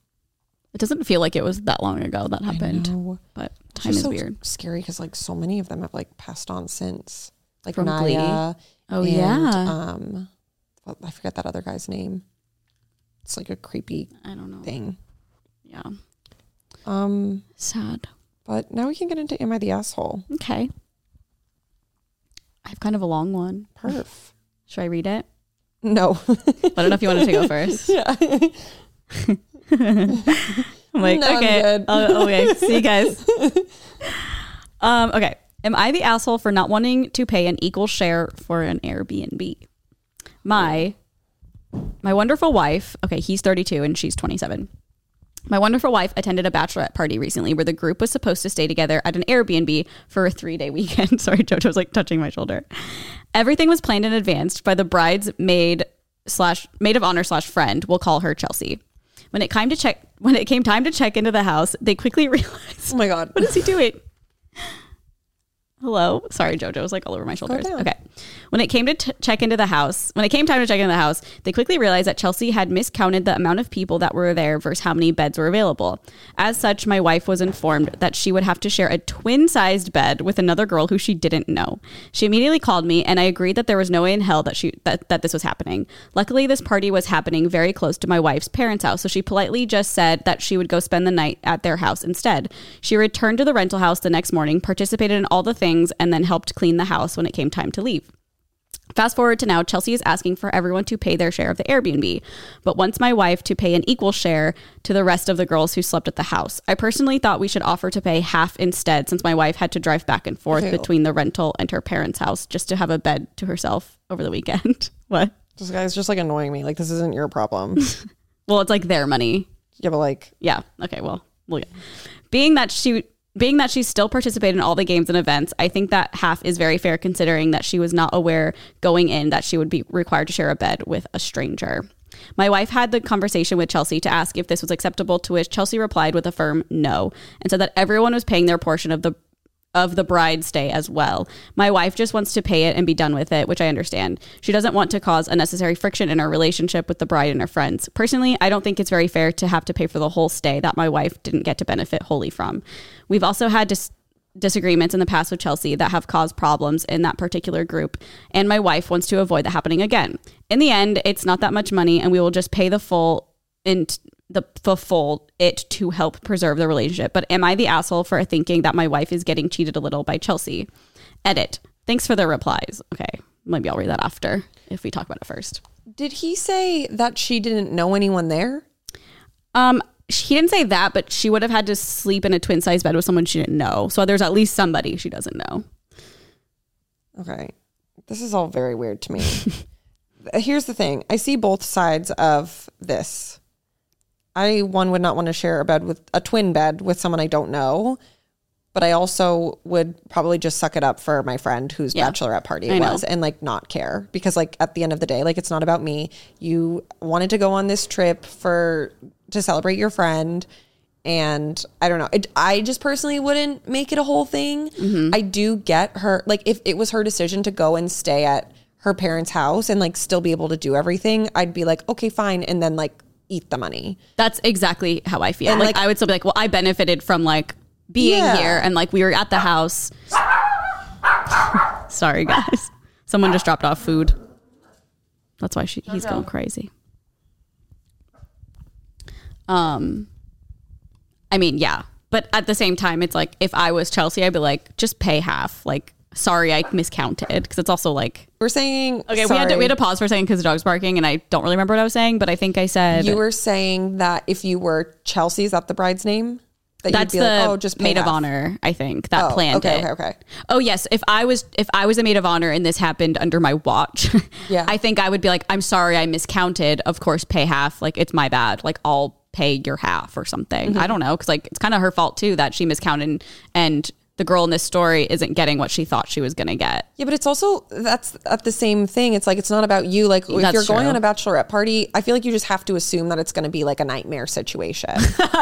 A: It doesn't feel like it was that long ago that happened,
B: No.
A: but
B: It's
A: time
B: just
A: is
B: so
A: weird.
B: Scary because like so many of them have like passed on since, like
A: From Glee?
B: Naya.
A: Oh
B: and,
A: yeah.
B: Um, well, I forget that other guy's name. It's like a creepy
A: I don't know.
B: thing.
A: Yeah.
B: Um,
A: Sad.
B: but now we can get into Am I the Asshole?
A: Okay. I have kind of a long one.
B: Perf.
A: Should I read it?
B: No. Oh
A: I don't know if you wanted to go first.
B: yeah.
A: I'm like,
B: No, I'm
A: okay, Oh,
B: good.
A: I'll- okay, see you guys. Um, okay, Am I the asshole for not wanting to pay an equal share for an Airbnb? My my wonderful wife, okay, he's 32 and she's 27. My wonderful wife attended a bachelorette party recently where the group was supposed to stay together at an Airbnb for a three day weekend. Sorry, JoJo was like touching my shoulder. Everything was planned in advance by the bride's maid slash maid of honor slash friend. We'll call her Chelsea. When it came to check when it came time to check into the house, they quickly realized
B: Oh my god.
A: what is he doing? Hello. Sorry, JoJo was like all over my shoulders.
B: down.
A: Okay. When it came to t- check into the house, when it came time to check into the house, they quickly realized that Chelsea had miscounted the amount of people that were there versus how many beds were available. As such, my wife was informed that she would have to share a twin sized bed with another girl who she didn't know. She immediately called me, and I agreed that there was no way in hell that she that, that this was happening. Luckily, this party was happening very close to my wife's parents' house, so she politely just said that she would go spend the night at their house instead. She returned to the rental house the next morning, participated in all the things, and then helped clean the house when it came time to leave. Fast forward to now, Chelsea is asking for everyone to pay their share of the Airbnb, but wants my wife to pay an equal share to the rest of the girls who slept at the house. I personally thought we should offer to pay half instead, since my wife had to drive back and forth
B: Okay.
A: between the rental and her parents' house just to have a bed to herself over the weekend. what?
B: This guy's just like annoying me. Like this isn't your problem.
A: Well, it's like their money.
B: yeah, but like
A: Yeah. Okay. Well, look. being that she being that she still participated in all the games and events, I think that half is very fair considering that she was not aware going in that she would be required to share a bed with a stranger. My wife had the conversation with Chelsea to ask if this was acceptable, to which Chelsea replied with a firm no and said that everyone was paying their portion of the of the bride's day as well. My wife just wants to pay it and be done with it, which I understand. She doesn't want to cause unnecessary friction in her relationship with the bride and her friends. Personally, I don't think it's very fair to have to pay for the whole stay that my wife didn't get to benefit wholly from. We've also had dis- disagreements in the past with Chelsea that have caused problems in that particular group, and my wife wants to avoid that happening again. In the end, it's not that much money, and we will just pay the full and the fulfill it to help preserve the relationship. But am I the asshole for thinking that my wife is getting cheated a little by Chelsea? Edit. Thanks for the replies. Okay. Maybe I'll read that after if we talk about it first.
B: did he say that she didn't know anyone there?
A: Um, she didn't say that, but she would have had to sleep in a twin size bed with someone she didn't know. So there's at least somebody she doesn't know.
B: Okay. This is all very weird to me. Here's the thing. I see both sides of this. I one would not want to share a bed with a twin bed with someone I don't know, but I also would probably just suck it up for my friend whose
A: Yeah.
B: bachelorette party
A: I
B: it
A: know.
B: was and like not care because like at the end of the day, like it's not about me. You wanted to go on this trip for to celebrate your friend and I don't know. It, I just personally wouldn't make it a whole thing.
A: Mm-hmm.
B: I do get her like if it was her decision to go and stay at her parents' house and like still be able to do everything, I'd be like, okay, fine, and then like eat the money.
A: That's exactly how I feel. Like,
B: like-
A: I would still be like, well, I benefited from like being
B: Yeah.
A: here and like we were at the house. Sorry, guys. Someone just dropped off food. That's why she, he's going crazy. Um, I mean, yeah, but at the same time, it's like if I was Chelsea, I'd be like, just pay half. Like, sorry, I miscounted because it's also like
B: We're saying
A: okay, we had to we had to pause for a second because the dog's barking, and I don't really remember what I was saying, but I think I said
B: you were saying that if you were Chelsea, is that the bride's name? That
A: That's
B: you'd
A: the
B: be like, oh, just pay
A: maid of
B: half.
A: honor, I think, that
B: Oh,
A: planned
B: okay,
A: it.
B: okay, okay.
A: Oh yes, if I was if I was a maid of honor and this happened under my watch,
B: Yeah.
A: I think I would be like, I'm sorry, I miscounted. Of course, pay half. Like it's my bad. Like I'll pay your half or something.
B: Mm-hmm.
A: I don't know because like it's kind of her fault too that she miscounted and the girl in this story isn't getting what she thought she was gonna get.
B: Yeah, but it's also that's at the same thing. It's like it's not about you. Like if
A: That's
B: you're going
A: true.
B: on a bachelorette party, I feel like you just have to assume that it's going to be like a nightmare situation.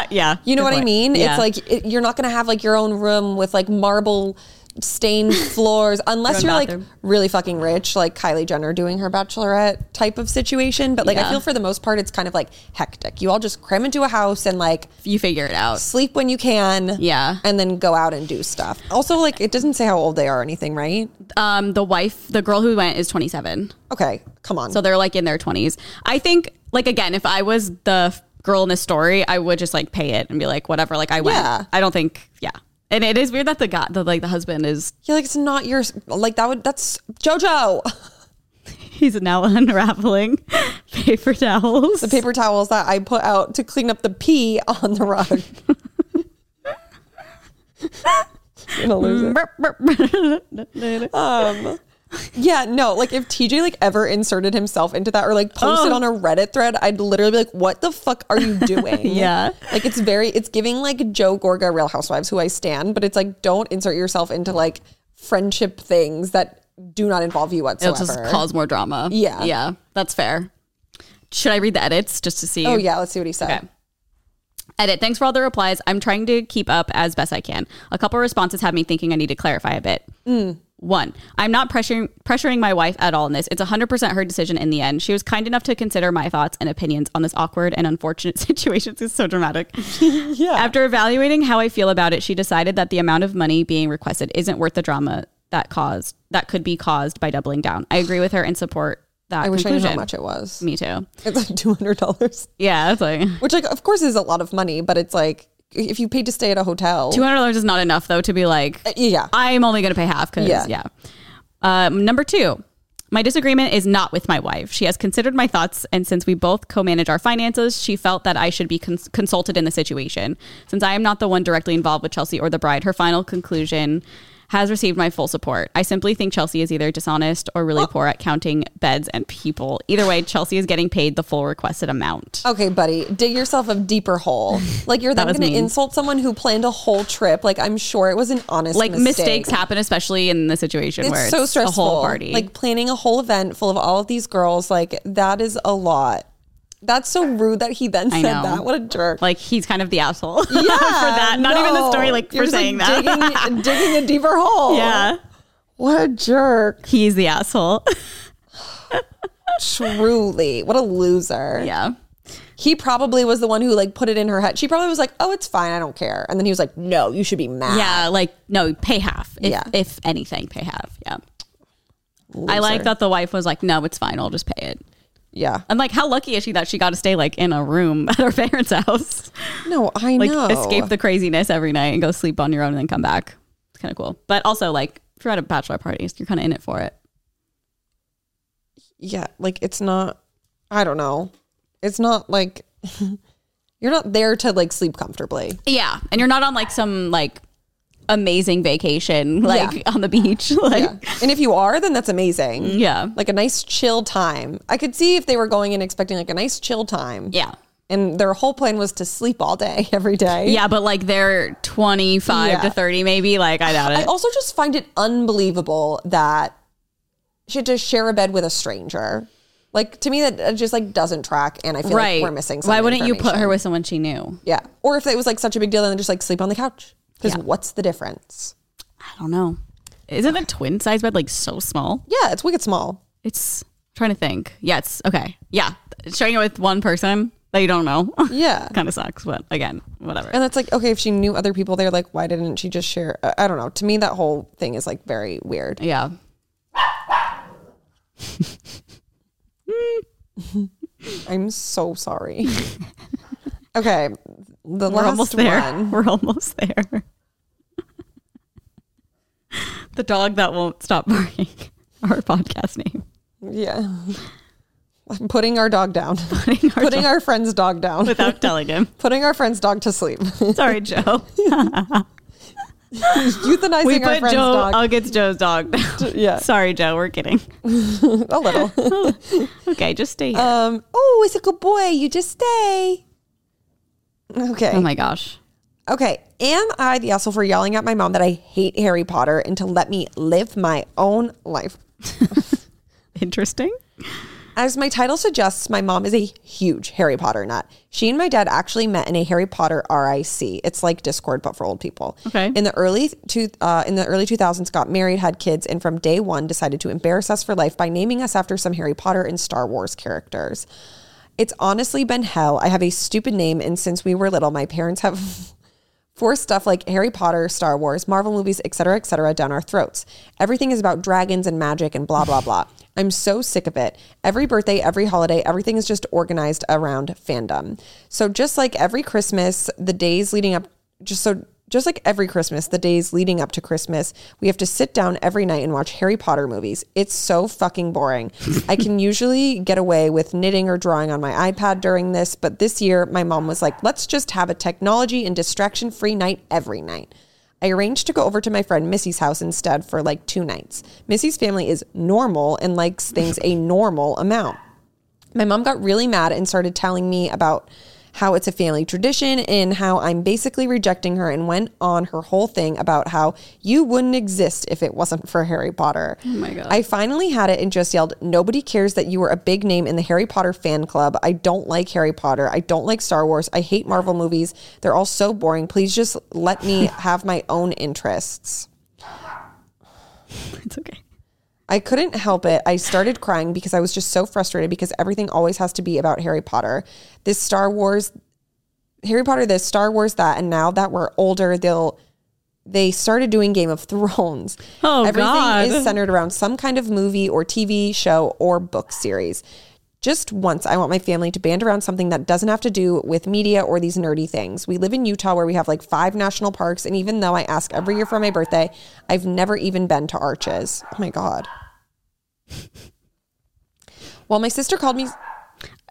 A: yeah,
B: You know what I mean?
A: Yeah.
B: It's like it, you're not going to have like your own room with like marble stained floors unless
A: Your
B: you're
A: own
B: like
A: bathroom.
B: really fucking rich, like Kylie Jenner doing her bachelorette type of situation. But like
A: Yeah.
B: I feel for the most part, it's kind of like hectic. You all just cram into a house and like
A: you figure it out.
B: sleep when you can.
A: Yeah.
B: And then go out and do stuff. Also, like it doesn't say how old they are or anything, right?
A: Um, the wife, the girl who went, is 27.
B: Okay, come on.
A: So they're like in their 20s. I think, like, again, if I was the f- girl in this story, I would just like pay it and be like, whatever, like I went.
B: Yeah.
A: I don't think, yeah. And it is weird that the guy, the, like, the husband is,
B: yeah, like it's not your like that would that's JoJo.
A: he's now unraveling paper towels.
B: The paper towels that I put out to clean up the pee on the rug. gonna lose it. Um, yeah, no, like if TJ like ever inserted himself into that or like posted
A: Oh.
B: on a Reddit thread, I'd literally be like, "What the fuck are you doing?"
A: Yeah.
B: like it's very, it's giving like Joe Gorga, Real Housewives, who I stand, but it's like don't insert yourself into like friendship things that do not involve you
A: It'll
B: whatsoever.
A: just cause more drama.
B: Yeah.
A: Yeah. That's fair. Should I read the edits just to see?
B: oh yeah, let's see what he said.
A: Okay. Edit. Thanks for all the replies. I'm trying to keep up as best I can. A couple responses have me thinking I need to clarify a bit. One, I'm not pressuring pressuring my wife at all in this. It's 100% her decision in the end. She was kind enough to consider my thoughts and opinions on this awkward and unfortunate situation. It's so dramatic.
B: Yeah.
A: After evaluating how I feel about it, she decided that the amount of money being requested isn't worth the drama that caused that could be caused by doubling down. I agree with her and support that
B: I wish I
A: conclusion.
B: knew how much it was.
A: Me too.
B: It's like two hundred dollars,
A: Yeah, it's like
B: which like of course is a lot of money, but it's like if you paid to stay at a hotel, Uh,
A: two hundred dollars is not enough though to be like
B: yeah,
A: I'm only going to pay half because yeah.
B: Yeah.
A: Um, number two, my disagreement is not with my wife. She has considered my thoughts, and since we both co-manage our finances, she felt that I should be cons- consulted in the situation. Since I am not the one directly involved with Chelsea or the bride, her final conclusion has received my full support. I simply think Chelsea is either dishonest or
B: Oh.
A: really poor at counting beds and people. Either way, Chelsea is getting paid the full requested amount.
B: Okay, buddy, dig yourself a deeper hole. Like you're then
A: was
B: going to
A: mean.
B: insult someone who planned a whole trip. Like I'm sure it was an honest
A: Like
B: mistake.
A: mistakes happen, especially in the situation
B: It's
A: where it's
B: so stressful.
A: a whole party.
B: Like planning a whole event full of all of these girls. Like that is a lot. That's so rude that he then
A: I
B: said
A: know.
B: that. What a jerk.
A: like he's kind of the asshole yeah, for
B: yeah,
A: that. Not even the
B: no.
A: story, like
B: You're
A: for
B: just,
A: saying that.
B: digging, digging a deeper hole.
A: yeah,
B: what a jerk.
A: he's the asshole.
B: Truly, what a loser.
A: yeah,
B: He probably was the one who like put it in her head. She probably was like, "Oh, it's fine. I don't care." And then he was like, "No, you should be mad."
A: yeah. Like no, pay half. If,
B: Yeah.
A: if anything, pay half. Yeah. I
B: Loser.
A: like that the wife was like, "No, it's fine. I'll just pay it."
B: Yeah.
A: And like, how lucky is she that she got to stay like in a room at her parents' house,
B: No, I
A: like
B: know.
A: escape the craziness every night and go sleep on your own and then come back. It's kind of cool. But also, like, if you're at a bachelor party, you're kind of in it for it.
B: yeah, like it's not. I don't know. It's not like you're not there to like sleep comfortably.
A: Yeah, and you're not on like some like amazing vacation like
B: Yeah.
A: on the beach. Like,
B: Yeah. and if you are, then that's amazing.
A: Yeah.
B: Like a nice chill time. I could see if they were going in expecting like a nice chill time.
A: Yeah.
B: And their whole plan was to sleep all day every day.
A: Yeah, but like they're 25 to
B: Yeah.
A: 30 maybe, like I doubt
B: I
A: it.
B: also just find it unbelievable that she had to share a bed with a stranger. Like to me, that uh, just like doesn't track, and I feel
A: right.
B: like we're missing. Some
A: Why wouldn't you put
B: information.
A: her with someone she knew?
B: Yeah. Or if it was like such a big deal, then just like sleep on the couch. Because
A: Yeah.
B: what's the difference?
A: I don't know. Isn't a twin size bed like so small?
B: Yeah, it's wicked small.
A: It's I'm trying to think. Yeah, it's okay. Yeah. Sharing it with one person that you don't know
B: Yeah.
A: kind of sucks, but again, whatever.
B: And that's like, okay, if she knew other people there, like, why didn't she just share? uh, I- I don't know. To me, that whole thing is like very weird.
A: Yeah.
B: I'm so sorry. okay.
A: We're
B: The last
A: almost there.
B: one.
A: We're almost there. the dog that won't stop barking. Our podcast name.
B: Yeah. I'm putting our dog down,
A: Putting our
B: putting
A: dog
B: our friend's dog down,
A: without telling him.
B: putting our friend's dog to sleep,
A: Sorry, Joe.
B: euthanizing
A: we
B: our
A: put
B: friend's
A: Joe
B: dog.
A: against Joe's dog.
B: yeah.
A: Sorry, Joe. We're kidding.
B: a little.
A: Um, Okay, just stay here.
B: Um, oh, it's a good boy. You just stay. Okay.
A: oh my gosh.
B: Okay, am I the asshole for yelling at my mom that I hate Harry Potter and to let me live my own life?
A: Interesting.
B: As my title suggests, my mom is a huge Harry Potter nut. She and my dad actually met in a Harry Potter RIC. It's like Discord but for old people.
A: Okay.
B: In the early two, uh, in the early 2000s, got married, had kids, and from day one decided to embarrass us for life by naming us after some Harry Potter and Star Wars characters. It's honestly been hell. I have a stupid name, and since we were little, my parents have forced stuff like Harry Potter, Star Wars, Marvel movies, etc., etc., down our throats. Everything is about dragons and magic and blah blah blah. I'm so sick of it. Every birthday, every holiday, everything is just organized around fandom. So just like every Christmas, the days leading up, just so. Just like every Christmas, the days leading up to Christmas, we have to sit down every night and watch Harry Potter movies. It's so fucking boring. I can usually get away with knitting or drawing on my iPad during this, but this year my mom was like, let's just have a technology and distraction free night every night. I arranged to go over to my friend Missy's house instead for like two nights. Missy's family is normal and likes things a normal amount. My mom got really mad and started telling me about how it's a family tradition and how I'm basically rejecting her and went on her whole thing about how you wouldn't exist if it wasn't for Harry Potter. Oh
A: my God.
B: I finally had it and just yelled, Nobody cares that you were a big name in the Harry Potter fan club. I don't like Harry Potter. I don't like Star Wars. I hate Marvel movies. They're all so boring. Please just let me have my own interests.
A: It's okay.
B: I couldn't help it. I started crying because I was just so frustrated because everything always has to be about Harry Potter. This Star Wars Harry Potter this, Star Wars that, and now that we're older, they'll they started doing Game of Thrones.
A: Oh,
B: Everything
A: God.
B: is centered around some kind of movie or TV show or book series. Just once, I want my family to band around something that doesn't have to do with media or these nerdy things. We live in Utah where we have like five national parks, and even though I ask every year for my birthday, I've never even been to Arches. Oh my God. Well, my sister called me.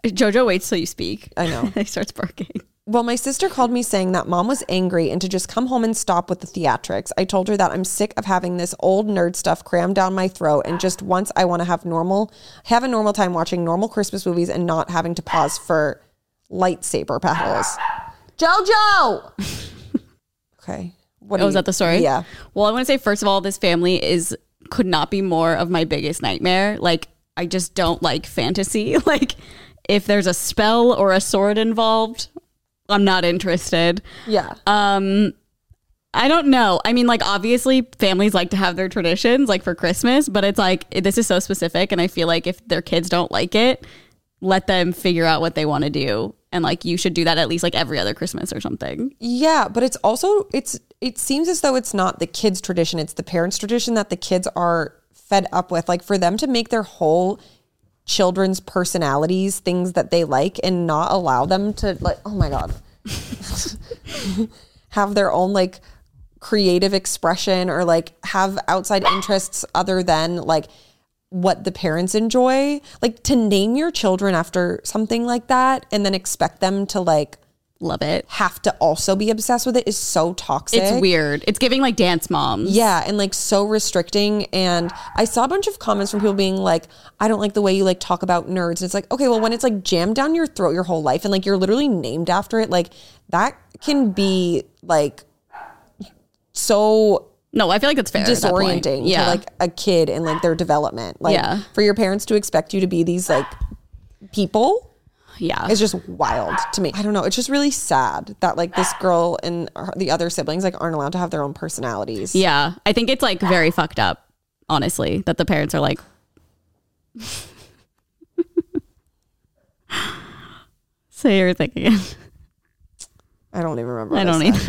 A: Jojo waits till you speak.
B: I know.
A: he starts barking.
B: Well, my sister called me saying that mom was angry and to just come home and stop with the theatrics. I told her that I'm sick of having this old nerd stuff crammed down my throat and just once I want to have normal have a normal time watching normal Christmas movies and not having to pause for lightsaber battles. Jojo. okay. What
A: Oh,
B: do
A: is
B: you-
A: that the story?
B: Yeah.
A: Well, I want to say first of all, this family is could not be more of my biggest nightmare. Like, I just don't like fantasy. Like, if there's a spell or a sword involved, I'm not interested.
B: Yeah.
A: Um, I don't know. I mean, like, obviously, families like to have their traditions, like for Christmas, but it's like this is so specific, and I feel like if their kids don't like it, let them figure out what they want to do, and like you should do that at least like every other Christmas or something.
B: Yeah, but it's also it's it seems as though it's not the kids' tradition, it's the parents' tradition that the kids are fed up with. Like for them to make their whole children's personalities things that they like and not allow them to like oh my god. have their own like creative expression or like have outside interests other than like what the parents enjoy. Like to name your children after something like that and then expect them to like
A: Love it.
B: have to also be obsessed with it is so toxic.
A: It's weird. It's giving like dance moms.
B: Yeah, and like so restricting. And I saw a bunch of comments from people being like, I don't like the way you like talk about nerds. And it's like, okay, well, when it's like jammed down your throat your whole life and like you're literally named after it, like that can be like so
A: No, I feel like that's fair. at that point.
B: disorienting
A: Yeah.
B: to like a kid and like their development. Like
A: Yeah.
B: for your parents to expect you to be these like people
A: yeah.
B: it's just wild to me. I don't know. It's just really sad that like this girl and her- the other siblings like aren't allowed to have their own personalities.
A: Yeah. I think it's like very fucked up, honestly, that the parents are like. Say your thing again.
B: I don't even remember.
A: I don't
B: even.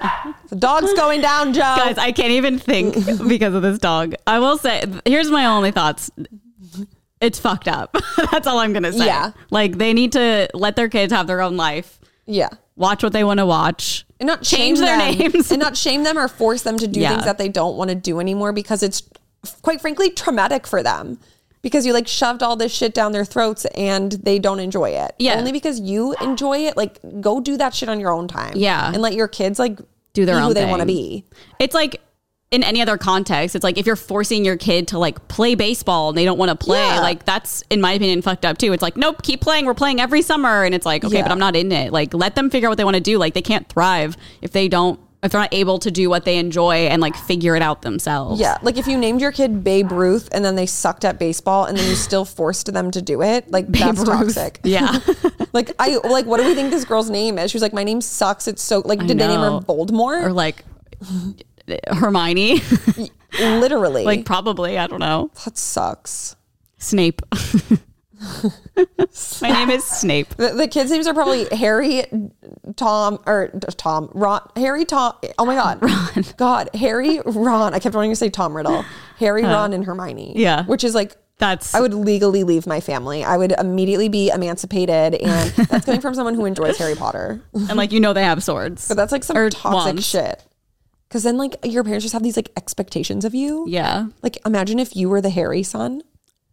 A: either.
B: The dog's going down, Joe.
A: Guys, I can't even think because of this dog. I will say, here's my only thoughts. It's fucked up. That's all I'm going to say.
B: Yeah.
A: Like, they need to let their kids have their own life,
B: yeah.
A: watch what they want to watch.
B: And not shame
A: Change their
B: them.
A: names.
B: and not shame them or force them to do
A: Yeah.
B: things that they don't want to do anymore because it's quite frankly traumatic for them. Because you like shoved all this shit down their throats and they don't enjoy it.
A: Yeah.
B: Only because you enjoy it. Like go do that shit on your own time.
A: Yeah.
B: And let your kids like
A: Do their
B: be
A: own
B: who they want to
A: thing.
B: be.
A: it's like in any other context, it's like if you're forcing your kid to like play baseball and they don't want to play,
B: Yeah.
A: like that's in my opinion fucked up too. It's like, nope, keep playing. We're playing every summer, and it's like, okay,
B: Yeah.
A: but I'm not in it. Like, let them figure out what they want to do. Like, they can't thrive if they don't if they're not able to do what they enjoy and like figure it out themselves.
B: Yeah, like if you named your kid Babe Ruth and then they sucked at baseball and then you still forced them to do it, like that's
A: Babe Ruth.
B: toxic.
A: Yeah.
B: Like I like what do we think this girl's name is? She was like, My name sucks. It's so like did they name her
A: know. or
B: Voldemort?
A: like Hermione.
B: Literally.
A: like probably, I don't know.
B: that sucks.
A: Snape. my name is Snape.
B: The, the kids' names are probably Harry, Tom, or Tom, Ron, Harry, Tom. Oh my God. Ron. God, Harry, Ron. I kept wanting to say Tom Riddle. Harry, Ron, and Hermione.
A: Yeah.
B: Which is like
A: That's
B: I would legally leave my family. I would immediately be emancipated, and that's coming from someone who enjoys Harry Potter.
A: and like you know they have swords.
B: But that's like some
A: Or
B: toxic
A: wands.
B: shit. Because then, like, your parents just have these like expectations of you.
A: Yeah.
B: Like, imagine if you were the Harry son.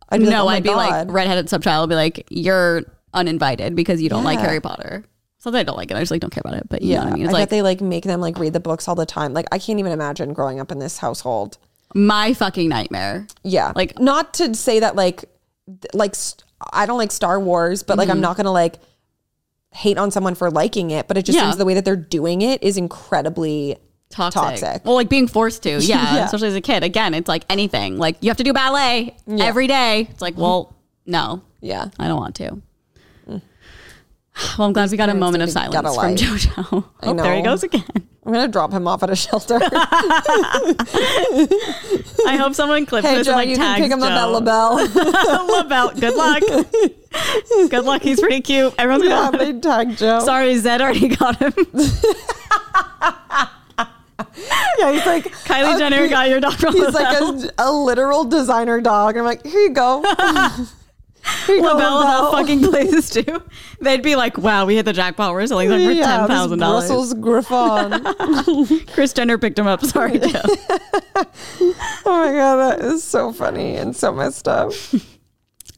B: I'd
A: no,
B: "Oh my
A: I'd be
B: God."
A: like redheaded stepchild. I'd be like, you're uninvited because you don't like
B: Yeah.
A: Harry Potter. So they don't like it. I just like don't care about it. But you know
B: Yeah,
A: what I mean?
B: I
A: It's
B: bet
A: like
B: they like make them like read the books all the time. Like I can't even imagine growing up in this household.
A: my fucking nightmare.
B: Yeah,
A: Like-
B: not to say that like th- like st- I don't like Star Wars, but
A: Mm-hmm.
B: like I'm not gonna like hate on someone for liking it. But it just
A: Yeah.
B: seems the way that they're doing it is incredibly.
A: Toxic.
B: Toxic.
A: Well, like being forced to. Yeah,
B: Yeah.
A: Especially as a kid. Again, it's like anything. Like you have to do ballet every day. It's like, well, no,
B: Yeah,
A: I don't want to. Well, I'm glad we got a moment of
B: need to get
A: silence
B: a
A: from
B: life.
A: JoJo. Oh, there he
B: know.
A: goes again.
B: I'm gonna drop him off at a shelter.
A: I hope someone clips
B: hey
A: this
B: Joe,
A: and like
B: you
A: tags
B: can pick him
A: Joe.
B: up at LaBelle.
A: Labelle. Good luck. Good luck. He's pretty cute. Everyone's gonna
B: yeah,
A: love him.
B: they tag Joe.
A: Sorry, Zed already got him.
B: Yeah, he's like
A: Kylie
B: uh,
A: Jenner
B: he-
A: got your dog from
B: He's like
A: Labelle.
B: a, a literal designer dog. I'm like, here you go. Here you go,
A: Labelle of all
B: LaBelle.
A: fucking places too. They'd be like, "Wow, we hit the jackpot. We're selling them for
B: Yeah,
A: ten
B: this
A: thousand dollars."
B: Brussels Griffon.
A: Chris Jenner picked him up. Sorry, Joe.
B: Oh my god, that is so funny and so messed up.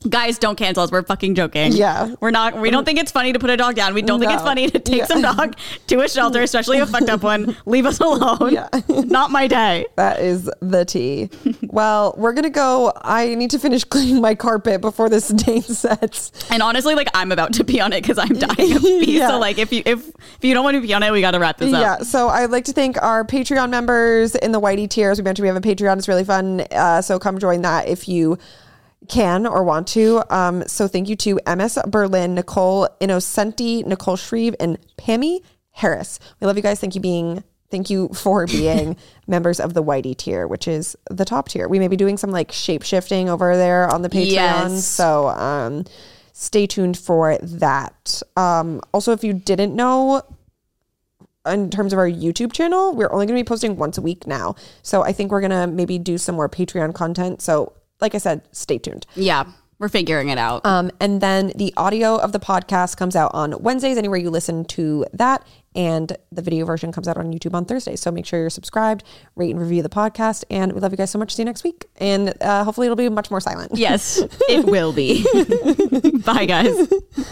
A: Guys, don't cancel us. We're fucking joking.
B: Yeah.
A: we're not. We don't think it's funny to put a dog down. We don't think it's
B: No.
A: funny to take
B: Yeah.
A: some dog to a shelter, especially a fucked up one. Leave us alone.
B: Yeah.
A: not my day.
B: That is the tea. Well, we're gonna go. I need to finish cleaning my carpet before this day sets.
A: And honestly, like I'm about to pee on it because I'm dying of pee.
B: Yeah.
A: So like, if you if if you don't want to pee on it, we got to wrap this
B: Yeah,
A: up.
B: so I'd like to thank our Patreon members in the Whitey tier. As we mentioned, we have a Patreon. It's really fun. Uh, so come join that if you can or want to. Um, so thank you to MS Berlin, Nicole Innocenti, Nicole Shreve, and Pammy Harris. We love you guys. Thank you being. Thank you for being members of the Whitey tier, which is the top tier. We may be doing some like shape shifting over there on the Patreon.
A: Yes.
B: So um, stay tuned for that. Um, also, if you didn't know, in terms of our YouTube channel, we're only going to be posting once a week now. So I think we're going to maybe do some more Patreon content. So, like I said, stay tuned.
A: Yeah, we're figuring it out.
B: Um, and then the audio of the podcast comes out on Wednesdays, anywhere you listen to that. And the video version comes out on YouTube on Thursday. So make sure you're subscribed, rate and review the podcast. And we love you guys so much. See you next week. And uh, hopefully it'll be much more silent.
A: Yes, it will be. Bye, guys.